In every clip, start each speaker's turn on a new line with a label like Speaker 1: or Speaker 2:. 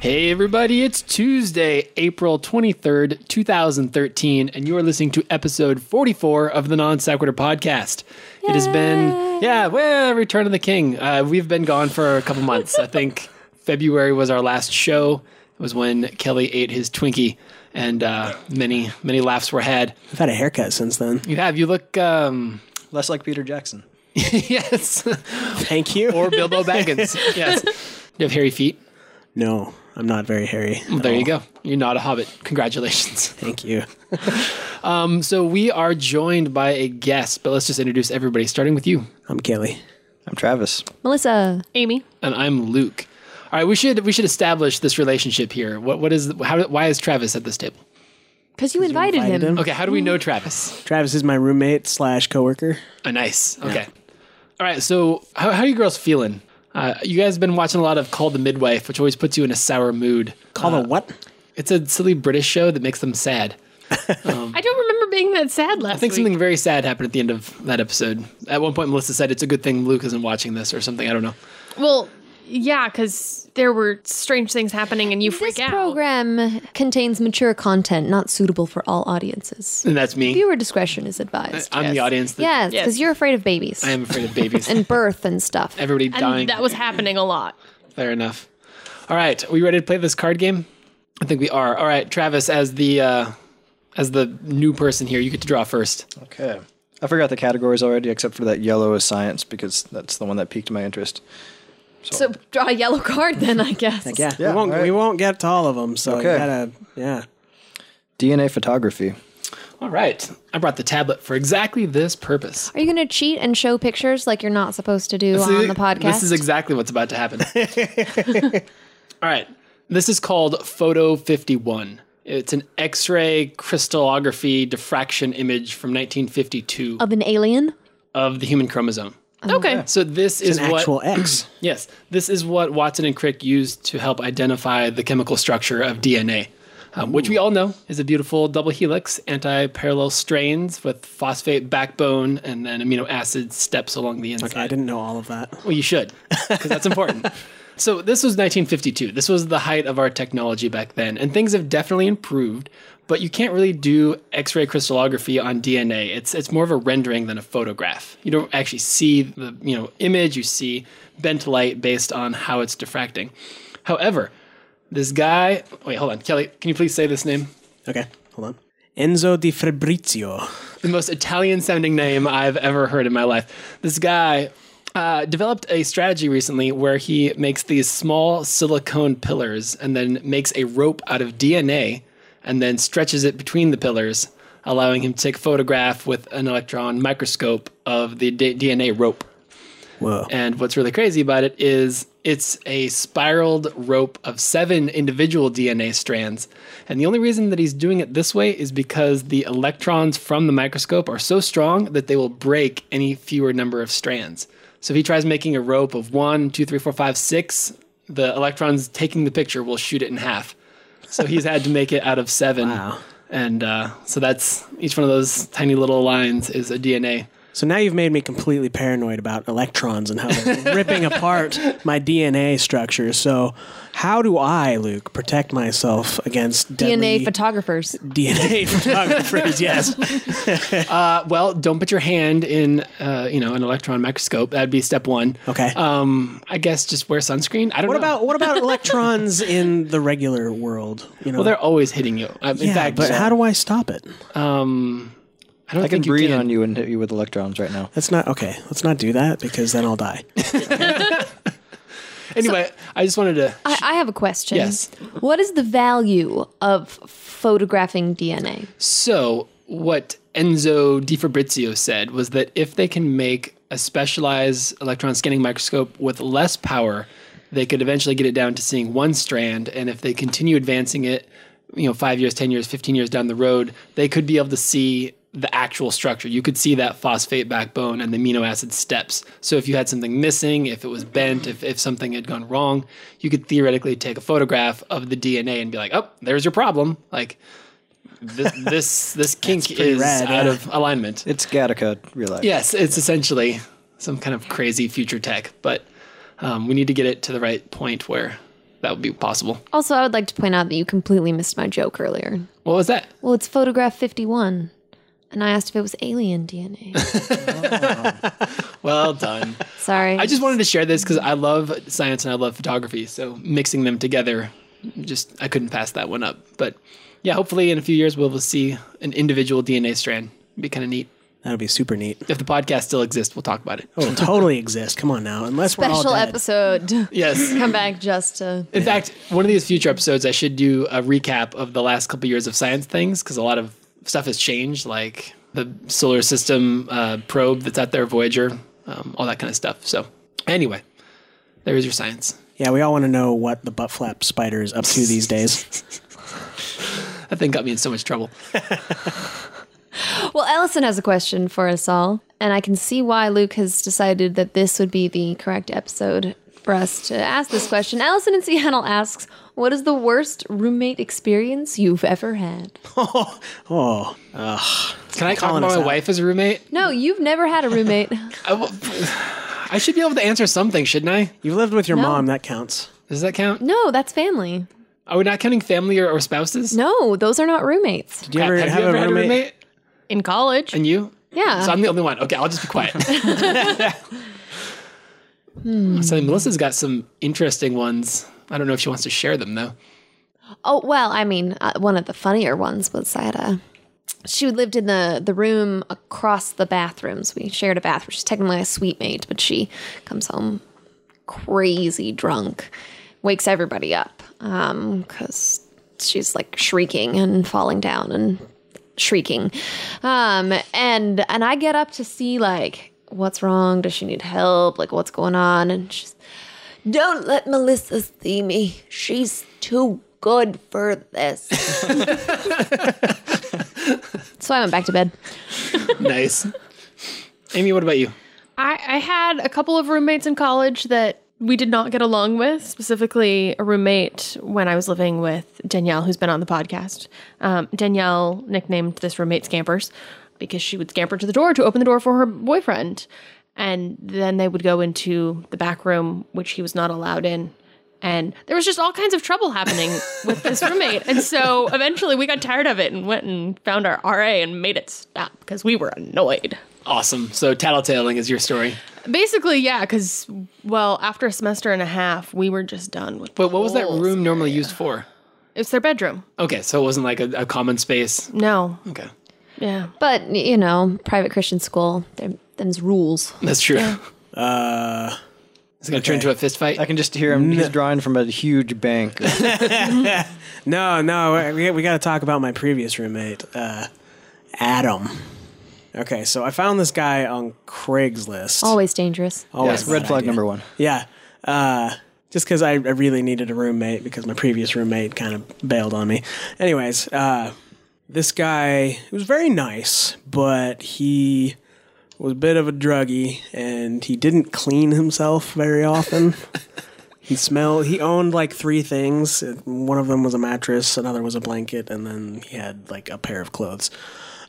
Speaker 1: Hey, everybody, it's Tuesday, April 23rd, 2013, and you are listening to episode 44 of the Non Sequitur podcast. It has been, yeah, well, Return of the King. Uh, we've been gone for a couple months. I think February was our last show. It was when Kelly ate his Twinkie, and uh, many, many laughs were had.
Speaker 2: I've had a haircut since then.
Speaker 1: You have, you look, um,
Speaker 3: Less like Peter Jackson.
Speaker 1: yes,
Speaker 2: Thank you.
Speaker 1: or Bilbo Baggins. Yes. You have hairy feet.
Speaker 2: no, I'm not very hairy.
Speaker 1: Well, there you go. You're not a hobbit. Congratulations.
Speaker 2: Thank you.
Speaker 1: So we are joined by a guest, but let's just introduce everybody, starting with you.
Speaker 2: I'm Kelly.
Speaker 3: I'm Travis.
Speaker 4: Melissa. Amy.
Speaker 1: And I'm Luke. All right, we should we should establish this relationship here. What what is how why is Travis at this table?
Speaker 4: Because you invited,
Speaker 2: invited
Speaker 4: him.
Speaker 2: him?
Speaker 1: Okay, how do we know Travis?
Speaker 2: Travis is my roommate slash coworker.
Speaker 1: Oh, nice. Okay. All right. So how how are you girls feeling? Uh, you guys have been watching a lot of Call the Midwife, which always puts you in a sour mood.
Speaker 2: Call
Speaker 3: Uh,
Speaker 2: the what?
Speaker 1: It's a silly British show that makes them sad.
Speaker 4: I don't remember being that sad last
Speaker 1: I think something very sad happened at the end of that episode. At one point, Melissa said, "It's a good thing Luke isn't watching this" or something. I don't know.
Speaker 5: Well, yeah, because there were strange things happening and you freak
Speaker 4: This
Speaker 5: out.
Speaker 4: program contains mature content not suitable for all audiences.
Speaker 1: And that's me.
Speaker 4: Viewer discretion is advised.
Speaker 1: Uh, I'm the audience. That
Speaker 4: yes,
Speaker 5: Yes.
Speaker 4: because you're afraid of babies
Speaker 1: I am afraid of babies.
Speaker 4: and birth and stuff.
Speaker 1: Everybody
Speaker 5: and
Speaker 1: dying.
Speaker 5: that was happening a lot.
Speaker 1: Fair enough. All right, are we ready to play this card game? I think we are. All right, Travis, as the uh, as the new person here, you get to draw first.
Speaker 3: Okay. I forgot the categories already, except for that yellow is science because that's the one that piqued my interest.
Speaker 4: So draw a yellow card then, I guess.
Speaker 2: Yeah,
Speaker 3: Yeah,
Speaker 2: we won't
Speaker 3: all right.
Speaker 2: we won't get to all of them. So you
Speaker 3: Okay.
Speaker 2: gotta yeah.
Speaker 3: DNA photography.
Speaker 1: All right, I brought the tablet for exactly this purpose.
Speaker 4: Are you going to cheat and show pictures like you're not supposed to do on the podcast?
Speaker 1: This is exactly what's about to happen. All right, this is called Photo 51. It's an X-ray crystallography diffraction image from 1952
Speaker 4: of an alien.
Speaker 1: of the human chromosome.
Speaker 4: Oh,
Speaker 5: okay.
Speaker 1: So this is
Speaker 2: An
Speaker 1: what
Speaker 2: actual X.
Speaker 1: Yes, this is what Watson and Crick used to help identify the chemical structure of DNA, um, which we all know is a beautiful double helix, anti parallel strains with phosphate backbone and then amino acid steps along the inside.
Speaker 2: I didn't know all of that.
Speaker 1: Well, you should, because that's important. so this was 1952. This was the height of our technology back then, and things have definitely improved. But you can't really do X-ray crystallography on DNA. It's it's more of a rendering than a photograph. You don't actually see the you know image. You see bent light based on how it's diffracting. However, this guy. Wait, hold on, Kelly. Can you please say this name?
Speaker 2: Okay, hold on. Enzo Di Fabrizio.
Speaker 1: the most Italian sounding name I've ever heard in my life. This guy uh, developed a strategy recently where he makes these small silicone pillars and then makes a rope out of DNA and then stretches it between the pillars, allowing him to take a photograph with an electron microscope of the d- DNA rope.
Speaker 2: Whoa.
Speaker 3: Eh.
Speaker 1: And what's really crazy about it is it's a spiraled rope of seven individual DNA strands. And the only reason that he's doing it this way is because the electrons from the microscope are so strong that they will break any fewer number of strands. So if he tries making a rope of one, two, three, four, five, six, the electrons taking the picture will shoot it in half. So he's had to make it out of seven.
Speaker 2: Wow.
Speaker 1: And uh, so that's each one of those tiny little lines is a DNA.
Speaker 2: So now you've made me completely paranoid about electrons and how they're ripping apart my DNA structure. So how do I, Luke, protect myself against
Speaker 4: DNA
Speaker 2: deadly
Speaker 4: photographers.
Speaker 2: DNA photographers? Yes.
Speaker 1: Well, don't put your hand in, uh, you know, an electron microscope. That'd be step one.
Speaker 2: Okay.
Speaker 1: Um, I guess just wear sunscreen. I don't
Speaker 2: what
Speaker 1: know.
Speaker 2: about what about electrons in the regular world? You know,
Speaker 1: Well, they're always hitting you. Um, in
Speaker 2: yeah,
Speaker 1: fact,
Speaker 2: but how do I stop it?
Speaker 1: I don't
Speaker 3: I can
Speaker 1: think you
Speaker 3: breathe
Speaker 1: can.
Speaker 3: on you and hit you with electrons right now.
Speaker 2: That's not okay. Let's not do that because then I'll die.
Speaker 1: Anyway, I just wanted to.
Speaker 4: I, I have a question.
Speaker 1: Yes.
Speaker 4: What is the value of photographing DNA?
Speaker 1: So, what Enzo Di Fabrizio said was that if they can make a specialized electron scanning microscope with less power, they could eventually get it down to seeing one strand. And if they continue advancing it, you know, five years, 10 years, 15 years down the road, they could be able to see the actual structure. You could see that phosphate backbone and the amino acid steps. So if you had something missing, if it was bent, if, if something had gone wrong, you could theoretically take a photograph of the DNA and be like, oh, there's your problem. Like, this this this kink is
Speaker 2: rad,
Speaker 1: out
Speaker 2: yeah.
Speaker 1: of alignment.
Speaker 3: It's Gattaca real life.
Speaker 1: Yes, it's essentially some kind of crazy future tech, but um, we need to get it to the right point where that would be possible.
Speaker 6: Also, I would like to point out that you completely missed my joke earlier.
Speaker 1: What was that?
Speaker 6: Well, it's photograph 51. And I asked if it was alien DNA.
Speaker 1: Well done.
Speaker 6: Sorry.
Speaker 1: I just wanted to share this because I love science and I love photography. So mixing them together, just I couldn't pass that one up. But yeah, hopefully in a few years we'll, we'll see an individual DNA strand. It'd be kind of neat.
Speaker 2: That'll be super neat.
Speaker 1: If the podcast still exists, we'll talk about it.
Speaker 2: It'll totally exist. Come on now. Unless we're all
Speaker 6: special
Speaker 2: dead.
Speaker 6: episode.
Speaker 1: Yes.
Speaker 6: Come back just to.
Speaker 1: In fact, one of these future episodes, I should do a recap of the last couple years of science things because a lot of stuff has changed, like the solar system uh, probe that's out there, Voyager, um, all that kind of stuff. So anyway, there is your science.
Speaker 2: Yeah, we all want to know what the butt flap spider is up to these days.
Speaker 1: That thing got me in so much trouble.
Speaker 6: Well, Ellison has a question for us all. And I can see why Luke has decided that this would be the correct episode for us to ask this question. Allison in Seattle asks What is the worst roommate experience you've ever had?
Speaker 2: Oh,
Speaker 1: Can I talk
Speaker 2: Calling
Speaker 1: about
Speaker 2: us
Speaker 1: my
Speaker 2: out.
Speaker 1: wife as a roommate?
Speaker 6: No, you've never had a roommate.
Speaker 1: I, w- I should be able to answer something, shouldn't I?
Speaker 2: you've lived with your
Speaker 6: No.
Speaker 2: mom. That counts.
Speaker 1: Does that count?
Speaker 6: no, that's family.
Speaker 1: Are we not counting family or, or spouses?
Speaker 6: No, those are not roommates.
Speaker 2: Did you ever
Speaker 1: have,
Speaker 2: have,
Speaker 1: you ever
Speaker 2: a roommate?
Speaker 1: had a roommate?
Speaker 5: in college.
Speaker 1: And you?
Speaker 6: Yeah.
Speaker 1: So I'm the only one. Okay, I'll just be quiet. Hmm. So Melissa's got some interesting ones. I don't know if she wants to share them though.
Speaker 6: Oh well, I mean, uh, one of the funnier ones was that uh, she lived in the the room across the bathrooms. We shared a bathroom. She's technically a suite mate, but she comes home crazy drunk, wakes everybody up because she's like shrieking and falling down and shrieking, um, and and I get up to see like what's wrong. Does she need help? Like what's going on? And she's don't let Melissa see me. She's too good for this. so I went back to bed.
Speaker 1: Nice. Amy, what about you?
Speaker 5: I, I had a couple of roommates in college that we did not get along with, specifically a roommate when I was living with Danielle, who's been on the podcast. Um, Danielle nicknamed this roommate Scampers because she would scamper to the door to open the door for her boyfriend. And then they would go into the back room, which he was not allowed in. And there was just all kinds of trouble happening with this roommate. And so eventually we got tired of it and went and found our RA and made it stop because we were annoyed.
Speaker 1: Awesome. So tattletaling is your story.
Speaker 5: Basically, yeah, because well, after a semester and a half, we were just done with.
Speaker 1: But what was that
Speaker 5: Cool.
Speaker 1: room normally used for?
Speaker 5: It's their bedroom.
Speaker 1: Oh, Okay, so it wasn't like a, a common space.
Speaker 5: No,
Speaker 1: Okay.
Speaker 5: yeah,
Speaker 6: But y- you know, private Christian school, there- them's rules.
Speaker 1: That's true. Uh it's gonna turn into a fist fight.
Speaker 3: I can just hear him. He's drawing from a huge bank.
Speaker 2: No, no, we, we got to talk about my previous roommate, uh, Adam. Okay, so I found this guy on Craigslist.
Speaker 6: Always dangerous.
Speaker 3: Yes,
Speaker 2: Always
Speaker 3: red
Speaker 2: bad
Speaker 3: flag
Speaker 2: idea.
Speaker 3: number one.
Speaker 2: Yeah, uh, just because I, I really needed a roommate because my previous roommate kind of bailed on me. Anyways, uh, this guy he was very nice, but he was a bit of a druggie and he didn't clean himself very often. he smelled. He owned like three things. One of them was a mattress, another was a blanket, and then he had like a pair of clothes.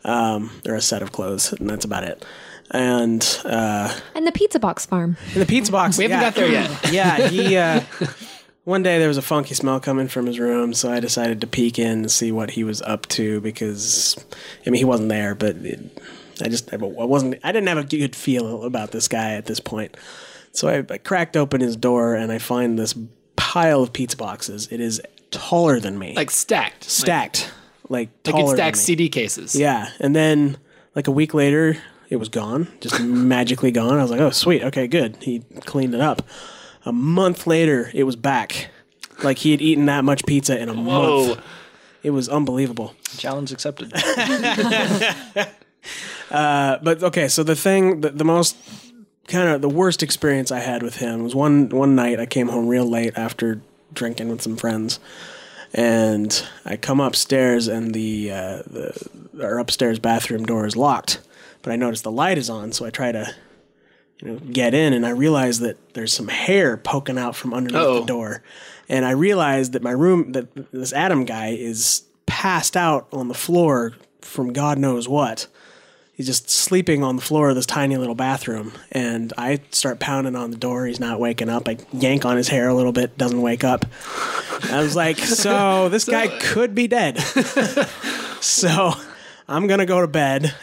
Speaker 2: Um, or a set of clothes, and that's about it. And uh,
Speaker 6: And the pizza box farm.
Speaker 2: in the pizza box,
Speaker 1: we haven't
Speaker 2: yeah.
Speaker 1: got there yet.
Speaker 2: Yeah, he. Uh, one day there was a funky smell coming from his room, so I decided to peek in and see what he was up to because, I mean, he wasn't there, but it, I just I wasn't I didn't have a good feel about this guy at this point. So I, I cracked open his door and I find this pile of pizza boxes. It is taller than me,
Speaker 1: Like stacked.
Speaker 2: stacked, like,
Speaker 1: Like,
Speaker 2: taller
Speaker 1: it
Speaker 2: than
Speaker 1: stacks
Speaker 2: me.
Speaker 1: CD cases.
Speaker 2: Yeah, and then like a week later, it was gone, just magically gone. I was like, "Oh, sweet, okay, good." He cleaned it up. A month later, it was back. Like he had eaten that much pizza in a
Speaker 1: Whoa.
Speaker 2: month. It was unbelievable.
Speaker 3: Challenge accepted.
Speaker 2: but okay, so the thing, the, the most kind of the worst experience I had with him was one one night I came home real late after drinking with some friends, and I come upstairs and the uh, the our upstairs bathroom door is locked, but I notice the light is on, so I try to you know get in, and I realize that there's some hair poking out from underneath
Speaker 1: Uh-oh.
Speaker 2: the door, and I realize that my room that this Adam guy is passed out on the floor from God knows what He's just sleeping on the floor of this tiny little bathroom, and I start pounding on the door. He's not waking up. I yank on his hair a little bit, doesn't wake up. I was like, so this guy could be dead. so I'm gonna go to bed.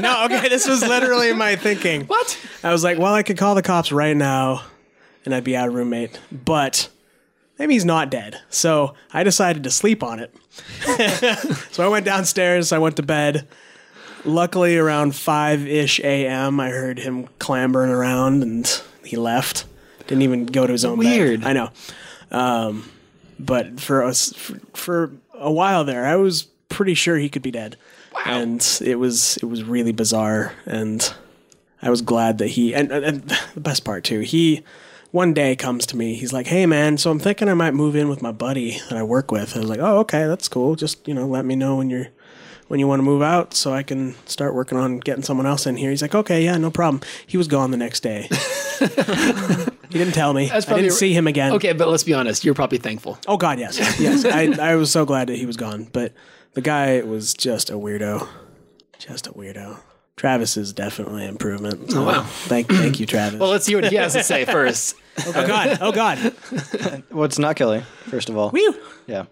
Speaker 2: no, okay, this was literally my thinking.
Speaker 1: What?
Speaker 2: I was like, well, I could call the cops right now and I'd be out of roommate, but maybe he's not dead. So I decided to sleep on it. so I went downstairs, I went to bed. Luckily, around 5 ish a.m., I heard him clambering around and he left. Didn't even go to his own
Speaker 1: Weird.
Speaker 2: bed. I know. Um, but for, us, for, for a while there, I was pretty sure he could be dead. Wow. And it was it was really bizarre and I was glad that he and, and, and the best part too. He one day comes to me. He's like, "Hey man, so I'm thinking I might move in with my buddy that I work with." I was like, "Oh, okay, that's cool. Just you know, let me know when you're when you want to move out so I can start working on getting someone else in here." He's like, "Okay, yeah, no problem." He was gone the next day. he didn't tell me. I
Speaker 1: probably
Speaker 2: didn't
Speaker 1: a-
Speaker 2: see him again.
Speaker 1: Okay, but let's be honest. You're probably thankful.
Speaker 2: Oh God, yes, yes. I, I was so glad that he was gone, but the guy was just a weirdo, just a weirdo. Travis is definitely an improvement. so
Speaker 1: Oh, wow.
Speaker 2: Thank, thank you, Travis.
Speaker 1: Well, let's see what he has to say first.
Speaker 2: oh God, oh God.
Speaker 3: Well, it's not Kelly, first of all.
Speaker 2: Whew.
Speaker 3: Yeah.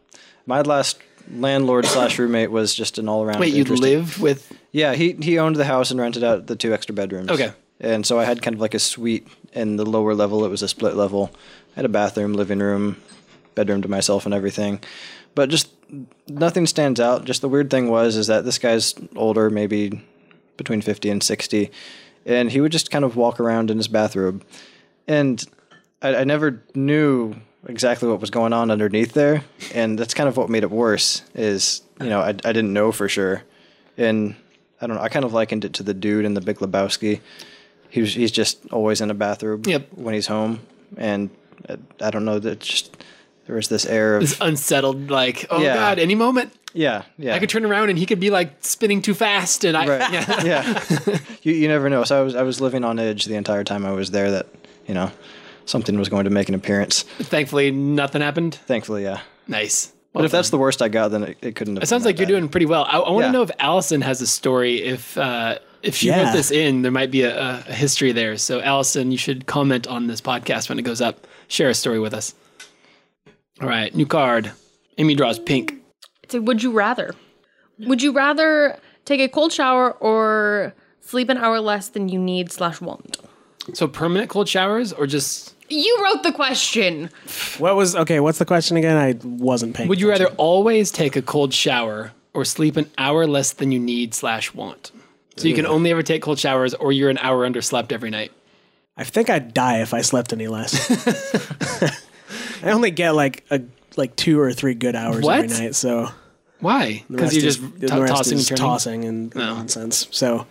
Speaker 3: My last landlord slash roommate was just an all around.
Speaker 1: Wait, you lived with?
Speaker 3: Yeah, he he owned the house and rented out the two extra bedrooms.
Speaker 1: Okay.
Speaker 3: And so I had kind of like a suite in the lower level. It was a split level. I had a bathroom, living room, bedroom to myself, and everything. But just nothing stands out. Just the weird thing was is that this guy's older, maybe between fifty and sixty, and he would just kind of walk around in his bathrobe, and I, I never knew exactly what was going on underneath there, and that's kind of what made it worse. Is you know I I didn't know for sure, and I don't know. I kind of likened it to the dude in the Big Lebowski. He was, he's just always in a bathroom
Speaker 1: Yep.
Speaker 3: when he's home, and I, I don't know that just there was this air of
Speaker 1: It's unsettled. Like, oh
Speaker 3: Yeah.
Speaker 1: god, any moment
Speaker 3: yeah yeah
Speaker 1: I could turn around and he could be like spinning too fast, and I
Speaker 3: right
Speaker 1: yeah.
Speaker 3: yeah, you you never know. So I was I was living on edge the entire time I was there. That you know something was going to make an appearance.
Speaker 1: Thankfully, nothing happened.
Speaker 3: Thankfully, yeah.
Speaker 1: Nice.
Speaker 3: But if that's the worst I got, then it, it couldn't have.
Speaker 1: It sounds like you're doing pretty well. I, I want to
Speaker 3: Yeah.
Speaker 1: know if Allison has a story. If uh, if she
Speaker 2: Yeah.
Speaker 1: wrote this in, there might be a, a a history there. So Allison, you should comment on this podcast when it goes up. Share a story with us. All right, new card. Amy draws pink.
Speaker 5: It's a would you rather? Would you rather take a cold shower or sleep an hour less than you need slash want?
Speaker 1: So permanent cold showers or just
Speaker 5: You wrote the question.
Speaker 2: What was okay? What's the question again? I wasn't paying.
Speaker 1: would you
Speaker 2: attention.
Speaker 1: rather always take a cold shower or sleep an hour less than you need slash want? So you can only ever take cold showers or you're an hour underslept every night.
Speaker 2: I think I'd die if I slept any less. I only get like a like two or three good hours
Speaker 1: What?
Speaker 2: every night, so
Speaker 1: Why? Because you're just
Speaker 2: the
Speaker 1: to-
Speaker 2: rest
Speaker 1: tossing and
Speaker 2: is
Speaker 1: turning. Oh.
Speaker 2: tossing and nonsense. So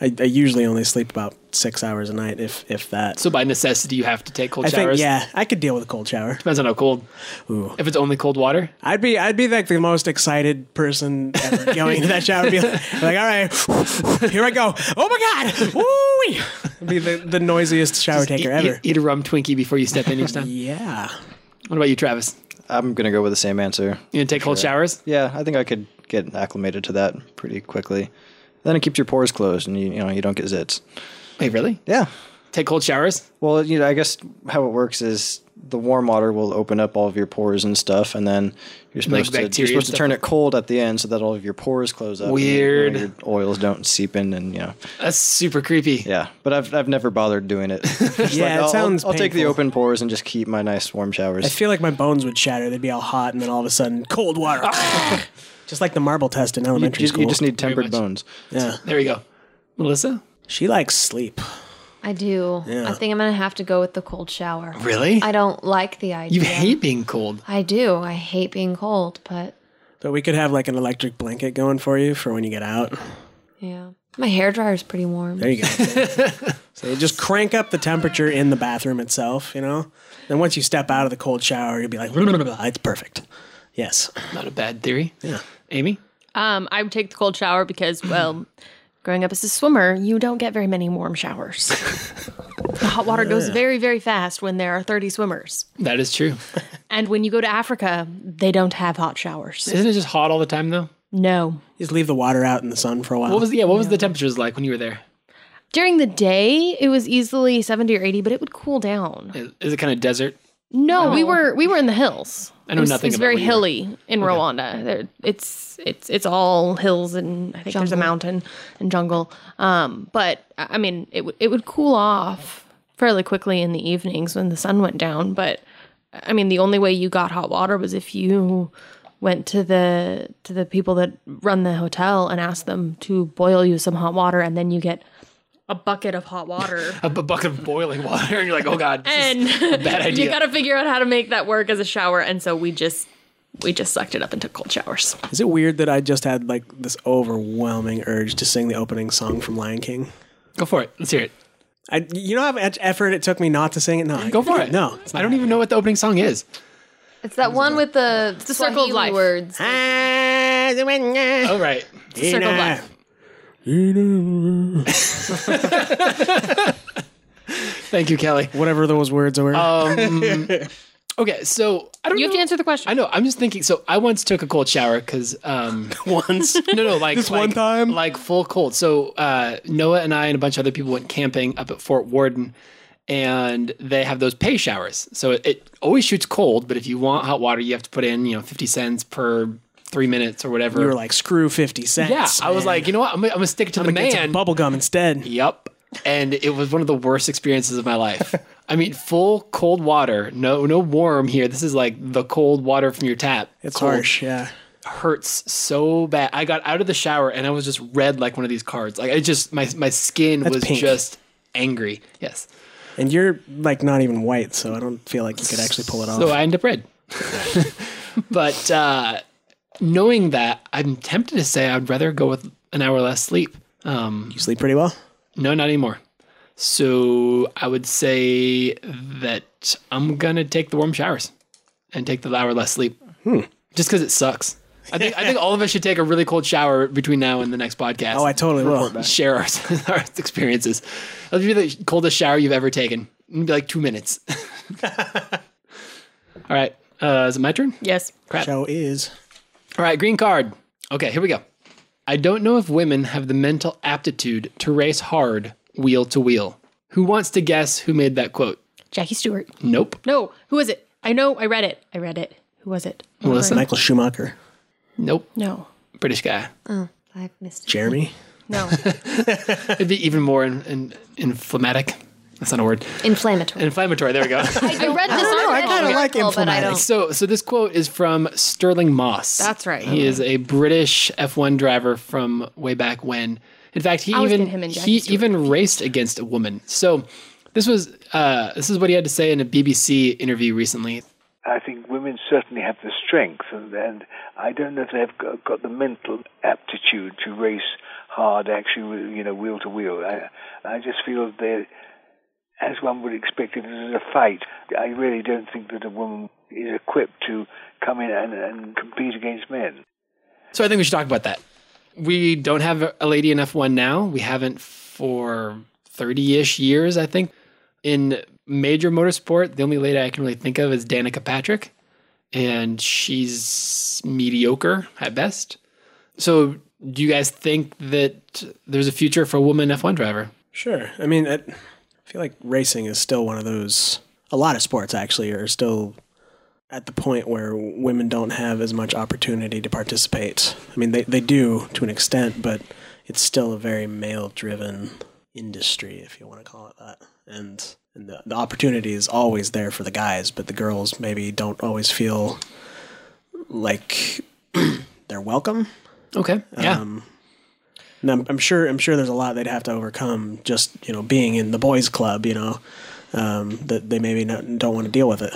Speaker 2: I, I usually only sleep about six hours a night, if if that.
Speaker 1: So by necessity, you have to take cold
Speaker 2: I
Speaker 1: showers.
Speaker 2: think yeah, I could deal with a cold shower.
Speaker 1: Depends on how cold. If it's only cold water,
Speaker 2: I'd be I'd be like the most excited person ever going into that shower. I'd be like, like all right, here I go. Oh my god, woo! I'd Be the, the noisiest shower
Speaker 1: eat,
Speaker 2: taker ever.
Speaker 1: eat- eat a rum Twinkie before you step in each time.
Speaker 2: Yeah.
Speaker 1: What about you, Travis?
Speaker 3: I'm gonna go with the same answer.
Speaker 1: You gonna take cold showers?
Speaker 3: Yeah, I think I could get acclimated to that pretty quickly. Then it keeps your pores closed, and you, you know you don't get zits.
Speaker 1: Wait, really?
Speaker 3: Yeah.
Speaker 1: Take cold showers?
Speaker 3: Well, you know, I guess how it works is the warm water will open up all of your pores and stuff, and then you're
Speaker 1: Like bacteria
Speaker 3: supposed to you're
Speaker 1: and
Speaker 3: supposed to
Speaker 1: stuff?
Speaker 3: turn it cold at the end so that all of your pores close up. and, you know,
Speaker 1: Weird.
Speaker 3: your oils don't seep in, and you know,
Speaker 1: That's super creepy.
Speaker 3: yeah. But I've I've never bothered doing it.
Speaker 2: Yeah, it
Speaker 3: I'll,
Speaker 2: sounds
Speaker 3: I'll, I'll take the
Speaker 2: painful.
Speaker 3: open pores and just keep my nice warm showers.
Speaker 2: I feel like my bones would shatter. They'd be all hot, and then all of a sudden, cold water. just like the marble test in
Speaker 3: Ah! you,
Speaker 2: elementary
Speaker 3: just,
Speaker 2: school.
Speaker 3: you just need
Speaker 1: Very
Speaker 3: tempered
Speaker 1: much.
Speaker 3: bones.
Speaker 2: yeah.
Speaker 1: There you go. Melissa?
Speaker 2: She likes sleep.
Speaker 4: I do. I think I'm gonna have to go with the cold shower.
Speaker 1: Really?
Speaker 4: I don't like the idea.
Speaker 1: you hate being cold.
Speaker 4: I do. I hate being cold, but
Speaker 2: But we could have like an electric blanket going for you for when you get out.
Speaker 4: yeah. My hair dryer is pretty warm.
Speaker 2: There you go. so you just crank up the temperature in the bathroom itself, you know? Then once you step out of the cold shower, you'll be like, "Blah, blah, blah, blah." it's perfect. Yes.
Speaker 1: Not a bad theory. Yeah. Amy?
Speaker 5: Um, I would take the cold shower because, well, growing up as a swimmer, you don't get very many warm showers. the hot water goes very, very fast when there are 30 swimmers.
Speaker 1: That is true.
Speaker 5: And when you go to Africa, they don't have hot showers.
Speaker 1: Isn't it just hot all the time, though?
Speaker 5: No.
Speaker 2: Just leave the water out in the sun for a while.
Speaker 1: What was yeah? What was the temperatures like when you were there?
Speaker 5: During the day, it was easily 70 or 80, but it would cool down.
Speaker 1: Is, is it kind of desert?
Speaker 5: No, we were we were in the hills.
Speaker 1: Oh. I know
Speaker 5: it was,
Speaker 1: nothing
Speaker 5: It's
Speaker 1: about
Speaker 5: very
Speaker 1: where you were.
Speaker 5: hilly in Rwanda. There, it's it's it's all hills and I think there's a mountain and jungle. Um, but I I mean, it would it would cool off fairly quickly in the evenings when the sun went down. But I mean, the only way you got hot water was if you went to the to the people that run the hotel and asked them to boil you some hot water, and then you get a bucket of hot water
Speaker 1: A, bu- bucket of boiling water, and you're like, oh god, this is
Speaker 5: and
Speaker 1: a bad idea.
Speaker 5: you got to figure out how to make that work as a shower. And so we just we just sucked it up and took cold showers.
Speaker 2: Is it weird that I just had like this overwhelming urge to sing the opening song from Lion King?
Speaker 1: Go for it. Let's hear it.
Speaker 2: I, you know how much effort it took me not to sing it? No. I-
Speaker 1: Go for it.
Speaker 2: No.
Speaker 1: I don't even know what the opening song is.
Speaker 4: It's that one with the the
Speaker 5: circle of life.
Speaker 4: words.
Speaker 1: Oh right.
Speaker 5: Circle of life.
Speaker 1: Thank you, Kelly.
Speaker 2: Whatever those words were.
Speaker 1: Oh. Okay, so I don't.
Speaker 5: You
Speaker 1: know,
Speaker 5: have to answer the question.
Speaker 1: I know. I'm just thinking. So I once took a cold shower because um,
Speaker 2: Once.
Speaker 1: no, no, like
Speaker 2: Just
Speaker 1: like-
Speaker 2: one time?
Speaker 1: like full cold. So uh, Noah and I and a bunch of other people went camping up at Fort Warden, and they have those pay showers. So it, it always shoots cold, but if you want hot water, you have to put in you know 50 cents per three minutes or whatever.
Speaker 2: you were like, screw 50 cents.
Speaker 1: yeah, I was
Speaker 2: man.
Speaker 1: like, you know what? I'm, gonna- I'm gonna stick it to the
Speaker 2: I'm gonna get
Speaker 1: man.
Speaker 2: some bubble gum instead.
Speaker 1: Yep. And it was one of the worst experiences of my life. I mean, full cold water, no no warm here. This is like the cold water from your tap.
Speaker 2: It's
Speaker 1: Cold.
Speaker 2: harsh. Yeah.
Speaker 1: Hurts so bad. I got out of the shower and I was just red like one of these cards. Like I just my my skin was
Speaker 2: pink.
Speaker 1: just angry. Yes.
Speaker 2: And you're like not even white, so I don't feel like you could actually pull it off.
Speaker 1: So I end up red. but uh, knowing that, I'm tempted to say I'd rather go with an hour less sleep. Um,
Speaker 2: you sleep pretty well.
Speaker 1: No, not anymore. So I would say that I'm gonna take the warm showers and take the hour less sleep,
Speaker 2: Hmm.
Speaker 1: just because it sucks. I think I think all of us should take a really cold shower between now and the next podcast.
Speaker 2: Oh, I totally will.
Speaker 1: share our, our experiences. That'll be the coldest shower you've ever taken. It'll be like two minutes. all right, uh, is it my turn?
Speaker 5: Yes.
Speaker 2: Show is.
Speaker 1: All right, green card. Okay, here we go. I don't know if women have the mental aptitude to race hard wheel to wheel. Who wants to guess who made that quote?
Speaker 5: Jackie Stewart.
Speaker 1: Nope.
Speaker 5: No. Who is it? I know. I read it. I read it. Who was it?
Speaker 1: Melissa?
Speaker 2: Michael Schumacher.
Speaker 1: Nope.
Speaker 5: No.
Speaker 1: British guy.
Speaker 4: I've missed it.
Speaker 2: Jeremy.
Speaker 5: No.
Speaker 1: It'd be even more in, in, inflammatic. That's not a word.
Speaker 4: Inflammatory.
Speaker 1: Inflammatory. There we go.
Speaker 4: I read this article.
Speaker 2: I kinda like
Speaker 4: but I don't.
Speaker 1: so, so this quote is from Sterling Moss.
Speaker 5: That's right.
Speaker 1: He is a British F1 driver from way back when. In fact, he
Speaker 5: always
Speaker 1: even
Speaker 5: get him and Jackie
Speaker 1: he
Speaker 5: Stewart
Speaker 1: even raced against a woman. So, this was uh, this is what he had to say in a BBC interview recently.
Speaker 7: I think women certainly have the strength, and, and I don't know if they've got, got the mental aptitude to race hard, actually, you know, wheel to wheel. I, I just feel they, as one would expect, if this is a fight, I really don't think that a woman is equipped to come in and, and compete against men.
Speaker 1: So I think we should talk about that. We don't have a lady in F1 now. We haven't for 30 ish years, I think. In major motorsport, the only lady I can really think of is Danica Patrick, and she's mediocre at best. So, do you guys think that there's a future for a woman F1 driver?
Speaker 2: Sure. I mean, I I feel like racing is still one of those. A lot of sports actually are still at the point where women don't have as much opportunity to participate. I mean, they, they do to an extent, but it's still a very male driven industry, if you want to call it that. And, and the, the opportunity is always there for the guys, but the girls maybe don't always feel like they're welcome.
Speaker 1: Okay. Yeah.
Speaker 2: And I'm, I'm sure I'm sure there's a lot they'd have to overcome just you know being in the boys' club, you know, um, that they maybe not, don't want to deal with it.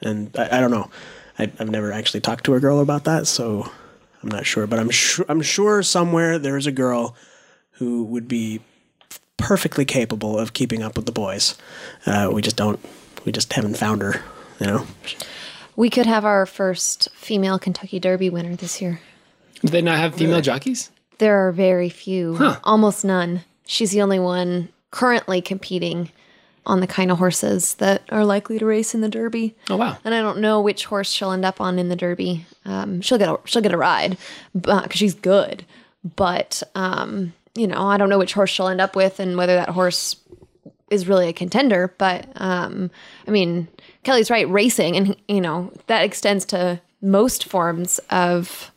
Speaker 2: And I, I don't know. I, I've never actually talked to a girl about that, so I'm not sure. But I'm sure I'm sure somewhere there is a girl who would be perfectly capable of keeping up with the boys. Uh, we just don't. We just haven't found her. You know.
Speaker 4: We could have our first female Kentucky Derby winner this year.
Speaker 1: do they not have female jockeys?
Speaker 4: There are very few, almost none. She's the only one currently competing on the kind of horses that are likely to race in the Derby.
Speaker 1: Oh wow.
Speaker 4: And I don't know which horse she'll end up on in the Derby. Um, she'll get a, she'll get a ride, because she's good. But um, you know, I don't know which horse she'll end up with, and whether that horse is really a contender. But um, I mean, Kelly's right. Racing, and you know, that extends to most forms of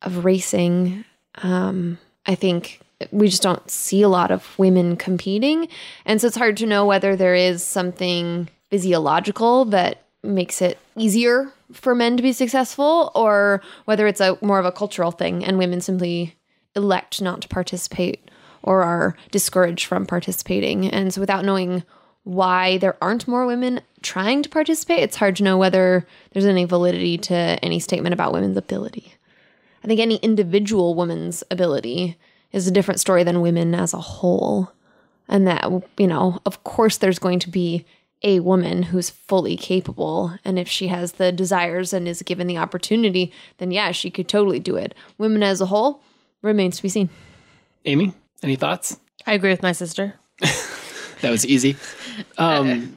Speaker 4: of racing. Um, I think we just don't see a lot of women competing, and so it's hard to know whether there is something physiological that makes it easier for men to be successful, or whether it's a more of a cultural thing, and women simply elect not to participate or are discouraged from participating. And so, without knowing why there aren't more women trying to participate, it's hard to know whether there's any validity to any statement about women's ability. I think any individual woman's ability is a different story than women as a whole. And that, you know, of course, there's going to be a woman who's fully capable. And if she has the desires and is given the opportunity, then yeah, she could totally do it. Women as a whole remains to be seen.
Speaker 1: Amy, any thoughts?
Speaker 5: I agree with my sister.
Speaker 1: That was easy. Um,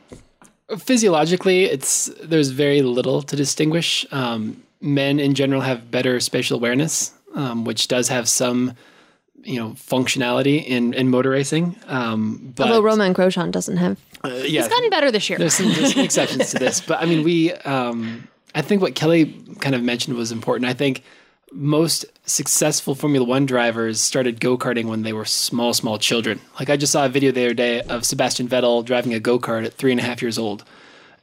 Speaker 1: physiologically, it's there's very little to distinguish. Um, men in general have better spatial awareness, um, which does have some, you know, functionality in in motor racing. Um, but
Speaker 4: Although Roman Grosjean doesn't have.
Speaker 1: uh, yeah,
Speaker 5: It's gotten better this year.
Speaker 1: there's some, there's some exceptions to this, but I mean, we. Um, I think what Kelly kind of mentioned was important. I think most successful Formula One drivers started go karting when they were small, small children. Like I just saw a video the other day of Sebastian Vettel driving a go kart at three and a half years old,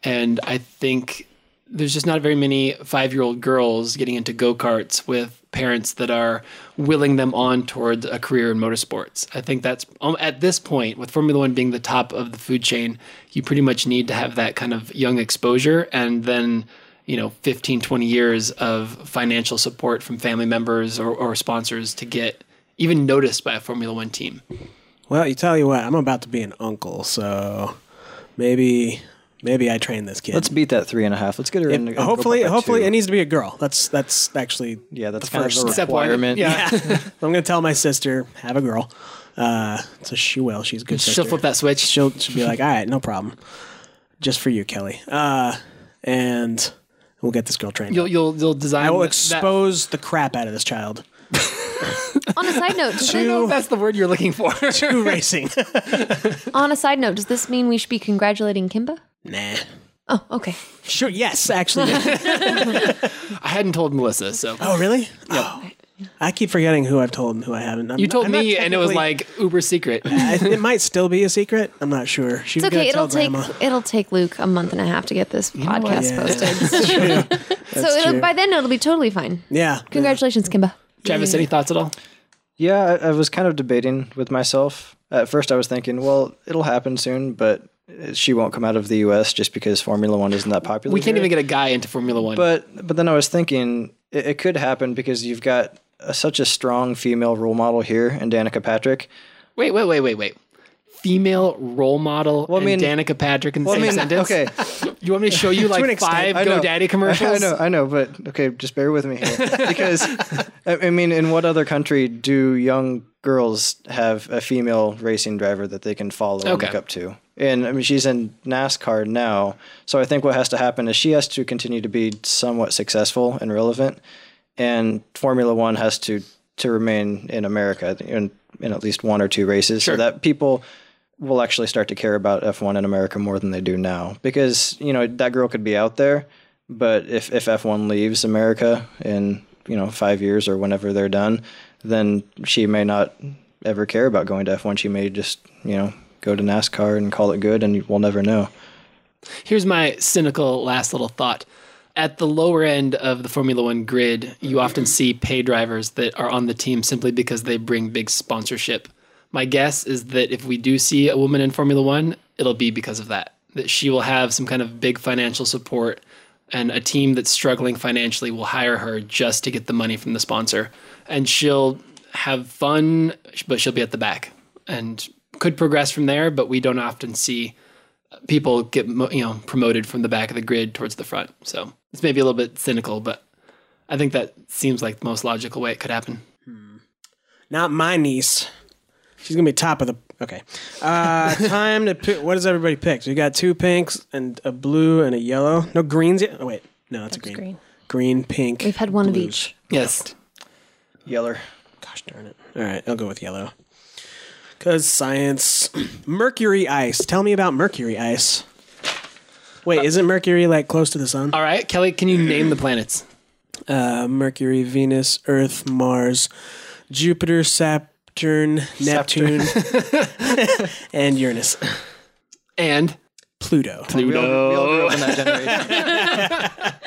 Speaker 1: and I think there's just not very many five year old girls getting into go karts with parents that are willing them on towards a career in motorsports. I think that's um, at this point, with Formula One being the top of the food chain, you pretty much need to have that kind of young exposure and then, you know, 15, 20 years of financial support from family members or, or sponsors to get even noticed by a Formula One team.
Speaker 2: Well, you tell you what, I'm about to be an uncle, so maybe maybe I train this kid.
Speaker 3: Let's beat that three and a half. Let's get her in. and go
Speaker 2: hopefully,
Speaker 3: back by
Speaker 2: hopefully,
Speaker 3: two.
Speaker 2: it needs to be a girl. That's that's actually
Speaker 3: yeah, that's
Speaker 2: the
Speaker 3: kind
Speaker 2: first
Speaker 3: of a
Speaker 1: step.
Speaker 3: requirement.
Speaker 1: Yeah.
Speaker 2: I'm gonna tell my sister have a girl. Uh, so she will. She's a good.
Speaker 1: She'll
Speaker 2: sister.
Speaker 1: flip that switch.
Speaker 2: She'll she'll be like, all right, no problem, just for you, Kelly. Uh, and we'll get this girl trained.
Speaker 1: You'll, you'll, you'll design.
Speaker 2: I will
Speaker 1: that-
Speaker 2: expose the crap out of this child
Speaker 4: On a side note, does
Speaker 1: I don't know if
Speaker 2: to
Speaker 1: that's the word you're looking for.
Speaker 2: to racing.
Speaker 4: on a side note, does this mean we should be congratulating Kimba?
Speaker 2: nah.
Speaker 4: Oh, okay.
Speaker 2: Sure. Yes, actually.
Speaker 1: I hadn't told Melissa, so.
Speaker 2: oh, really? Oh. I keep forgetting who I've told and who I haven't. I'm
Speaker 1: You
Speaker 2: not-
Speaker 1: told
Speaker 2: I'm not
Speaker 1: me, and it was
Speaker 2: technically-
Speaker 1: like uber secret.
Speaker 2: I, it might still be a secret. I'm not sure. She's
Speaker 4: It's okay.
Speaker 2: gonna tell
Speaker 4: It'll take
Speaker 2: grandma.
Speaker 4: it'll take Luke a month and a half to get this podcast
Speaker 2: Yeah,
Speaker 4: posted.
Speaker 2: That's true.
Speaker 4: so it'll,
Speaker 2: true.
Speaker 4: by then it'll be totally fine.
Speaker 2: Yeah.
Speaker 4: Congratulations, Kimba.
Speaker 1: Travis, any thoughts at all?
Speaker 3: Yeah, I, I was kind of debating with myself. At first, I was thinking, well, it'll happen soon, but uh, she won't come out of the U.S. just because Formula One isn't that popular.
Speaker 1: We can't
Speaker 3: here.
Speaker 1: even get a guy into Formula One.
Speaker 3: But but then I was thinking it, it could happen because you've got a, such a strong female role model here in Danica Patrick.
Speaker 1: wait, wait, wait, wait, wait. Female role model
Speaker 3: Well, I mean-
Speaker 1: and Danica Patrick in the
Speaker 3: Well, I
Speaker 1: same
Speaker 3: mean,
Speaker 1: sentence.
Speaker 3: okay,
Speaker 1: You want me to show you like
Speaker 2: an extent,
Speaker 1: five
Speaker 3: I know.
Speaker 1: GoDaddy commercials?
Speaker 3: I know, I know, but okay, just bear with me here because I, I mean, in what other country do young girls have a female racing driver that they can follow and
Speaker 1: Okay.
Speaker 3: look up to? And I mean, she's in NASCAR now, so I think what has to happen is she has to continue to be somewhat successful and relevant, and Formula One has to to remain in America in, in at least one or two races, so that people will actually start to care about F1 in America more than they do now because you know that girl could be out there, but if if F1 leaves America in you know five years or whenever they're done, then she may not ever care about going to F1. She may just you know go to NASCAR and call it good, and we'll never know.
Speaker 1: Here's my cynical last little thought. At the lower end of the Formula One grid, you often see pay drivers that are on the team simply because they bring big sponsorship. My guess is that if we do see a woman in Formula One, it'll be because of that. That she will have some kind of big financial support, and a team that's struggling financially will hire her just to get the money from the sponsor. And she'll have fun, but she'll be at the back and could progress from there, but we don't often see people get mo- you know promoted from the back of the grid towards the front. So it's maybe a little bit cynical, but I think that seems like the most logical way it could happen.
Speaker 2: Not my niece. She's gonna be top of the Okay. Uh, time to pick. What does everybody pick? So we got two pinks and a blue and a yellow. No greens yet. Oh wait, no, that's a green. green.
Speaker 5: green.
Speaker 2: pink.
Speaker 4: We've had one of
Speaker 2: blues.
Speaker 4: each.
Speaker 1: Yes.
Speaker 3: Yeller.
Speaker 2: Gosh darn it. All right, I'll go with yellow. Cause science. Mercury ice. Tell me about mercury ice. Wait, isn't mercury like close to the sun?
Speaker 1: All right, Kelly, can you name the planets?
Speaker 2: Uh, mercury, Venus, Earth, Mars, Jupiter, Saturn, Neptune, and Uranus.
Speaker 1: And
Speaker 2: Pluto.
Speaker 3: We all, we all grew up in that generation.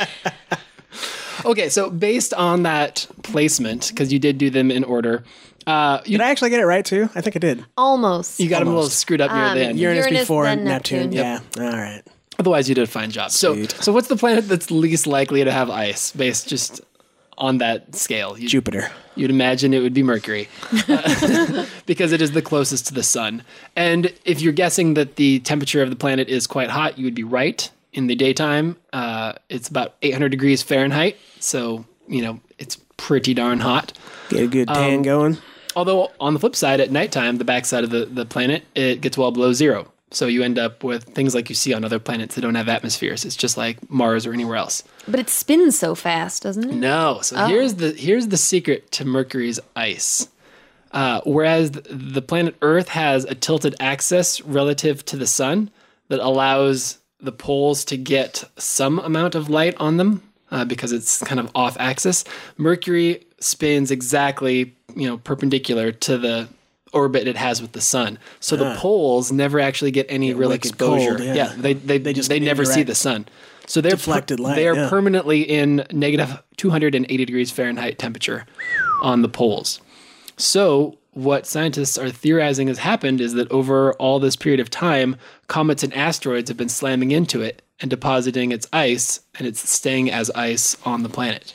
Speaker 1: okay, so based on that placement, because you did do them in order, uh, you,
Speaker 2: Did I actually get it right too? I think I did.
Speaker 4: Almost.
Speaker 1: you got them a little
Speaker 2: Almost. Um,
Speaker 1: screwed up near the end.
Speaker 2: Uranus,
Speaker 4: Uranus,
Speaker 2: before
Speaker 4: then
Speaker 2: Neptune.
Speaker 4: Neptune. Yep.
Speaker 2: Yeah. All right.
Speaker 1: Otherwise, you did a fine job.
Speaker 2: Sweet.
Speaker 1: So, so what's the planet that's least likely to have ice, based just on that scale? You,
Speaker 2: Jupiter.
Speaker 1: you'd imagine it would be Mercury, Uh, because it is the closest to the sun. And if you're guessing that the temperature of the planet is quite hot, you would be right. In the daytime, uh, it's about 800 degrees Fahrenheit, so you know it's pretty darn hot.
Speaker 2: Get a
Speaker 1: Um,
Speaker 2: good tan going.
Speaker 1: Although on the flip side, at nighttime, the backside of the, the planet, it gets well below zero. So you end up with things like you see on other planets that don't have atmospheres. It's just like Mars or anywhere else.
Speaker 4: But it spins so fast, doesn't it?
Speaker 1: No. So here's the here's the secret to Mercury's ice. Uh, whereas th- the planet Earth has a tilted axis relative to the sun that allows the poles to get some amount of light on them uh, because it's kind of off axis. Mercury spins exactly you know perpendicular to the orbit it has with the sun, so the poles never actually Ah. get any real
Speaker 2: wicked
Speaker 1: exposure.
Speaker 2: cold, yeah.
Speaker 1: yeah. they they they,
Speaker 2: just
Speaker 1: never see
Speaker 2: interact.
Speaker 1: the sun. So they're per-
Speaker 2: Deflected light,
Speaker 1: They are
Speaker 2: yeah.
Speaker 1: permanently in negative 280 degrees Fahrenheit temperature on the poles. So, what scientists are theorizing has happened is that over all this period of time, comets and asteroids have been slamming into it and depositing its ice, and it's staying as ice on the planet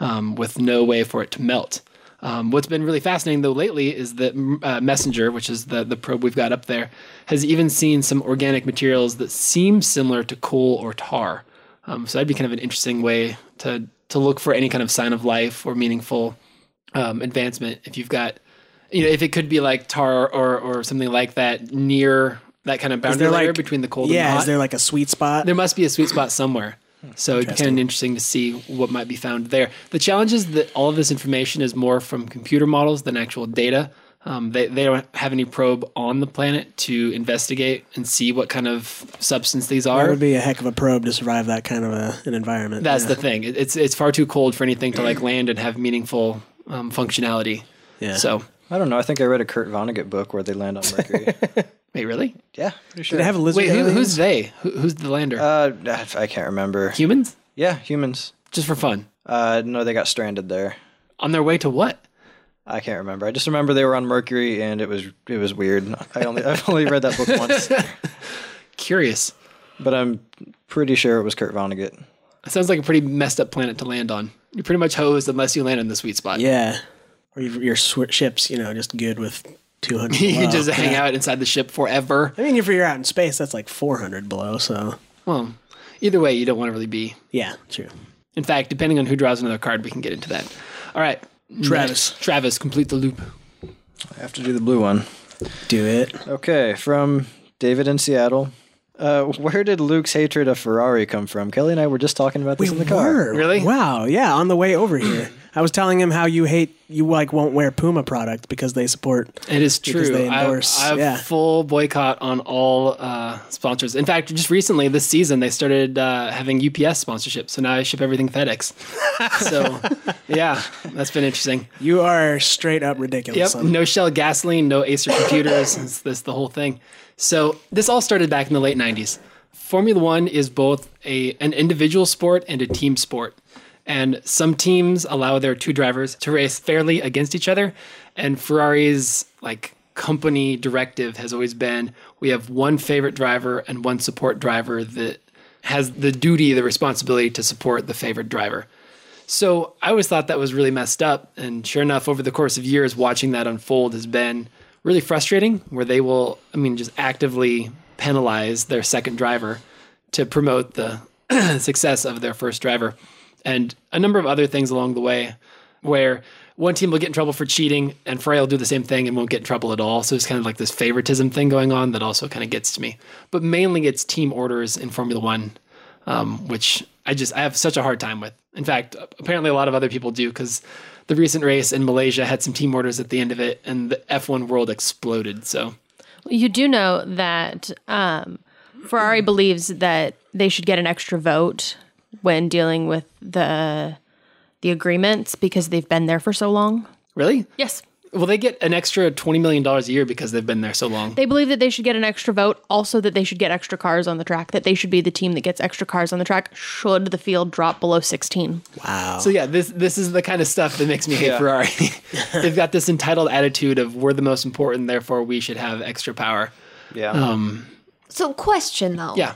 Speaker 1: um, with no way for it to melt. Um, what's been really fascinating, though, lately is that mm, uh, Messenger, which is the, the probe we've got up there, has even seen some organic materials that seem similar to coal or tar. Um, so that'd be kind of an interesting way to to look for any kind of sign of life or meaningful um, advancement. If you've got, you know, if it could be like tar or or something like that near that kind of boundary layer between the cold
Speaker 2: yeah,
Speaker 1: and the
Speaker 2: is
Speaker 1: hot,
Speaker 2: there like a sweet spot?
Speaker 1: there must be a sweet spot somewhere.
Speaker 2: Hmm,
Speaker 1: So it'd be kind of interesting to see what might be found there. The challenge is that all of this information is more from computer models than actual data. Um, they, they don't have any probe on the planet to investigate and see what kind of substance these are.
Speaker 2: That would be a heck of a probe to survive that kind of a, an environment.
Speaker 1: That's
Speaker 2: yeah.
Speaker 1: the thing. It- It's it's far too cold for anything to like land and have meaningful um, functionality.
Speaker 2: Yeah.
Speaker 1: So
Speaker 3: I don't know. I think I read a Kurt Vonnegut book where they land on Mercury.
Speaker 1: wait, really?
Speaker 3: yeah, pretty sure.
Speaker 2: Did it have lizard
Speaker 1: Wait, who,
Speaker 2: aliens?
Speaker 1: who's they? Who, who's the lander?
Speaker 3: Uh, I can't remember.
Speaker 1: Humans?
Speaker 3: Yeah, humans.
Speaker 1: Just for fun?
Speaker 3: Uh, no, they got stranded there.
Speaker 1: On their way to what?
Speaker 3: I can't remember. I just remember they were on Mercury, and it was it was weird. I only I've only read that book once,
Speaker 1: Curious.
Speaker 3: but I'm pretty sure it was Kurt Vonnegut.
Speaker 1: That sounds like a pretty messed up planet to land on. You're pretty much hosed unless you land in the sweet spot.
Speaker 2: Yeah. Or your, your sw- ship's, you know, just good with 200
Speaker 1: You can
Speaker 2: below.
Speaker 1: just hang
Speaker 2: Yeah.
Speaker 1: out inside the ship forever.
Speaker 2: I mean, if you're out in space, that's like 400 below. So,
Speaker 1: Well, either way, you don't want to really be.
Speaker 2: yeah, true.
Speaker 1: In fact, depending on who draws another card, we can get into that. All right.
Speaker 2: Travis.
Speaker 1: Next, Travis, complete the loop.
Speaker 3: I have to do the blue one.
Speaker 2: Do it.
Speaker 3: Okay, from David in Seattle. Uh, where did Luke's hatred of Ferrari come from? Kelly and I were just talking about this in the car.
Speaker 2: Word.
Speaker 1: Really?
Speaker 2: Wow. Yeah. On the way over here, I was telling him how you hate, you like won't wear Puma product because they support.
Speaker 1: It is
Speaker 2: Because
Speaker 1: true.
Speaker 2: they
Speaker 1: I-
Speaker 2: endorse-
Speaker 1: I, have
Speaker 2: yeah.
Speaker 1: full boycott on all uh, sponsors. In fact, just recently this season, they started uh, having UPS sponsorship. So now I ship everything FedEx. so yeah, that's been interesting.
Speaker 2: You are straight up ridiculous.
Speaker 1: Yep.
Speaker 2: son.
Speaker 1: No Shell gasoline, no Acer computers. it's this the whole thing. So this all started back in the late '90s. Formula One is both a an individual sport and a team sport, and some teams allow their two drivers to race fairly against each other. And Ferrari's like company directive has always been: we have one favorite driver and one support driver that has the duty, the responsibility to support the favorite driver. So I always thought that was really messed up. And sure enough, over the course of years, watching that unfold has been really frustrating, where they will, I mean, just actively penalize their second driver to promote the success of their first driver and a number of other things along the way. where one team will get in trouble for cheating and Frey will do the same thing and won't get in trouble at all. So it's kind of like this favoritism thing going on that also kind of gets to me. But mainly it's team orders in Formula One, um, which I just I have such a hard time with. In fact, apparently a lot of other people do because the recent race in Malaysia had some team orders at the end of it and the F1 world exploded. So
Speaker 5: You do know that um, Ferrari believes that they should get an extra vote when dealing with the the agreements because they've been there for so long.
Speaker 1: really,
Speaker 5: Yes.
Speaker 1: well they get an extra twenty million dollars a year because they've been there so long.
Speaker 5: They believe that they should get an extra vote, also that they should get extra cars on the track, that they should be the team that gets extra cars on the track should the field drop below 16.
Speaker 1: So yeah, this this is the kind of stuff that makes me hate Ferrari. They've got this entitled attitude of we're the most important, therefore we should have extra power.
Speaker 3: Yeah.
Speaker 4: So, question though.
Speaker 1: Yeah,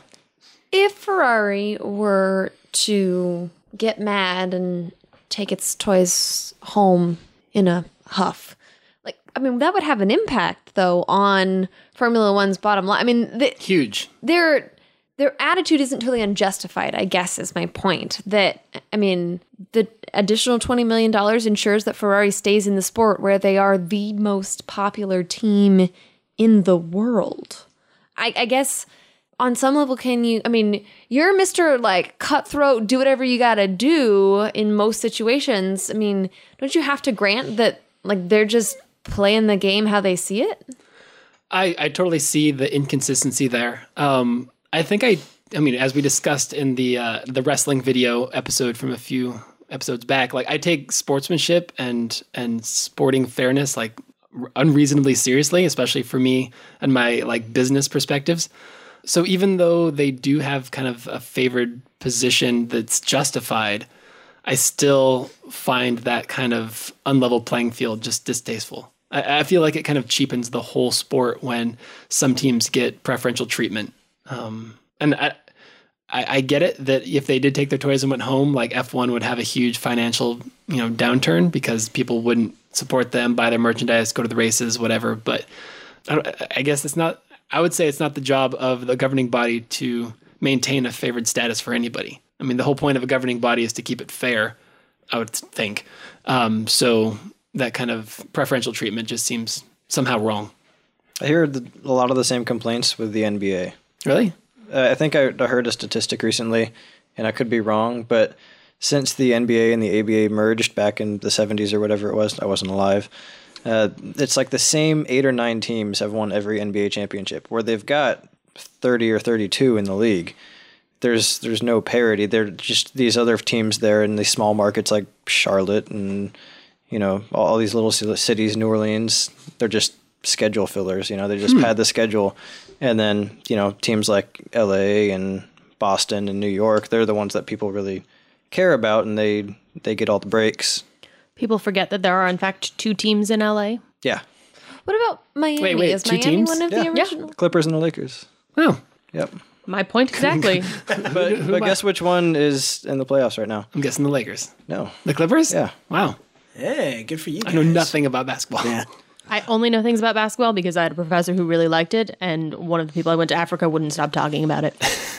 Speaker 4: If Ferrari were to get mad and take its toys home in a huff, like, I mean, that would have an impact though on Formula One's bottom line. I mean, the,
Speaker 1: huge.
Speaker 4: their their attitude isn't totally unjustified i guess is my point that i mean the additional $20 million ensures that ferrari stays in the sport where they are the most popular team in the world i, I guess on some level can you i mean you're mr like cutthroat do whatever you gotta do in most situations i mean don't you have to grant that like they're just playing the game how they see it
Speaker 1: I, I totally see the inconsistency there. Um, I think I, I mean, as we discussed in the uh, the wrestling video episode from a few episodes back, like I take sportsmanship and and sporting fairness like r- unreasonably seriously, especially for me and my like business perspectives. So even though they do have kind of a favored position that's justified, I still find that kind of unlevel playing field just distasteful. I, I feel like it kind of cheapens the whole sport when some teams get preferential treatment. Um, and I, I, I get it that if they did take their toys and went home, like F1 would have a huge financial, you know, downturn because people wouldn't support them, buy their merchandise, go to the races, whatever. But I, don't, I guess it's not. I would say it's not the job of the governing body to maintain a favored status for anybody. I mean, the whole point of a governing body is to keep it fair. I would think. Um, so that kind of preferential treatment just seems somehow wrong.
Speaker 3: I hear the, a lot of the same complaints with the NBA.
Speaker 1: Really?
Speaker 3: Uh, I think I, I heard a statistic recently, and I could be wrong, but since the NBA and the ABA merged back in the 70s or whatever it was, I wasn't alive. Uh, it's like the same eight or nine teams have won every NBA championship, where they've got 30 or 32 in the league. There's there's no parity. They're just these other teams there in these small markets like Charlotte and you know all, all these little ci- cities, New Orleans. They're just schedule fillers. You know they just pad the schedule, and then you know teams like LA and Boston and New York. They're the ones that people really care about, and they they get all the breaks.
Speaker 5: People forget that there are, in fact, two teams in LA.
Speaker 3: Yeah,
Speaker 4: what about miami
Speaker 1: Wait, wait,
Speaker 4: is
Speaker 1: two
Speaker 4: miami
Speaker 1: teams?
Speaker 4: one of
Speaker 3: Yeah.
Speaker 4: the
Speaker 3: Yeah.
Speaker 4: original
Speaker 3: Clippers and the Lakers.
Speaker 1: Oh,
Speaker 3: Yep.
Speaker 5: My point exactly.
Speaker 3: But, but guess which one is in the playoffs right now?
Speaker 1: I'm guessing the Lakers.
Speaker 3: No.
Speaker 1: The Clippers?
Speaker 3: Yeah.
Speaker 1: Wow.
Speaker 2: Hey, good for you.
Speaker 1: I know
Speaker 2: guys.
Speaker 1: nothing about basketball.
Speaker 2: Yeah.
Speaker 5: I only know things about basketball because I had a professor who really liked it, and one of the people I went to Africa wouldn't stop talking about it.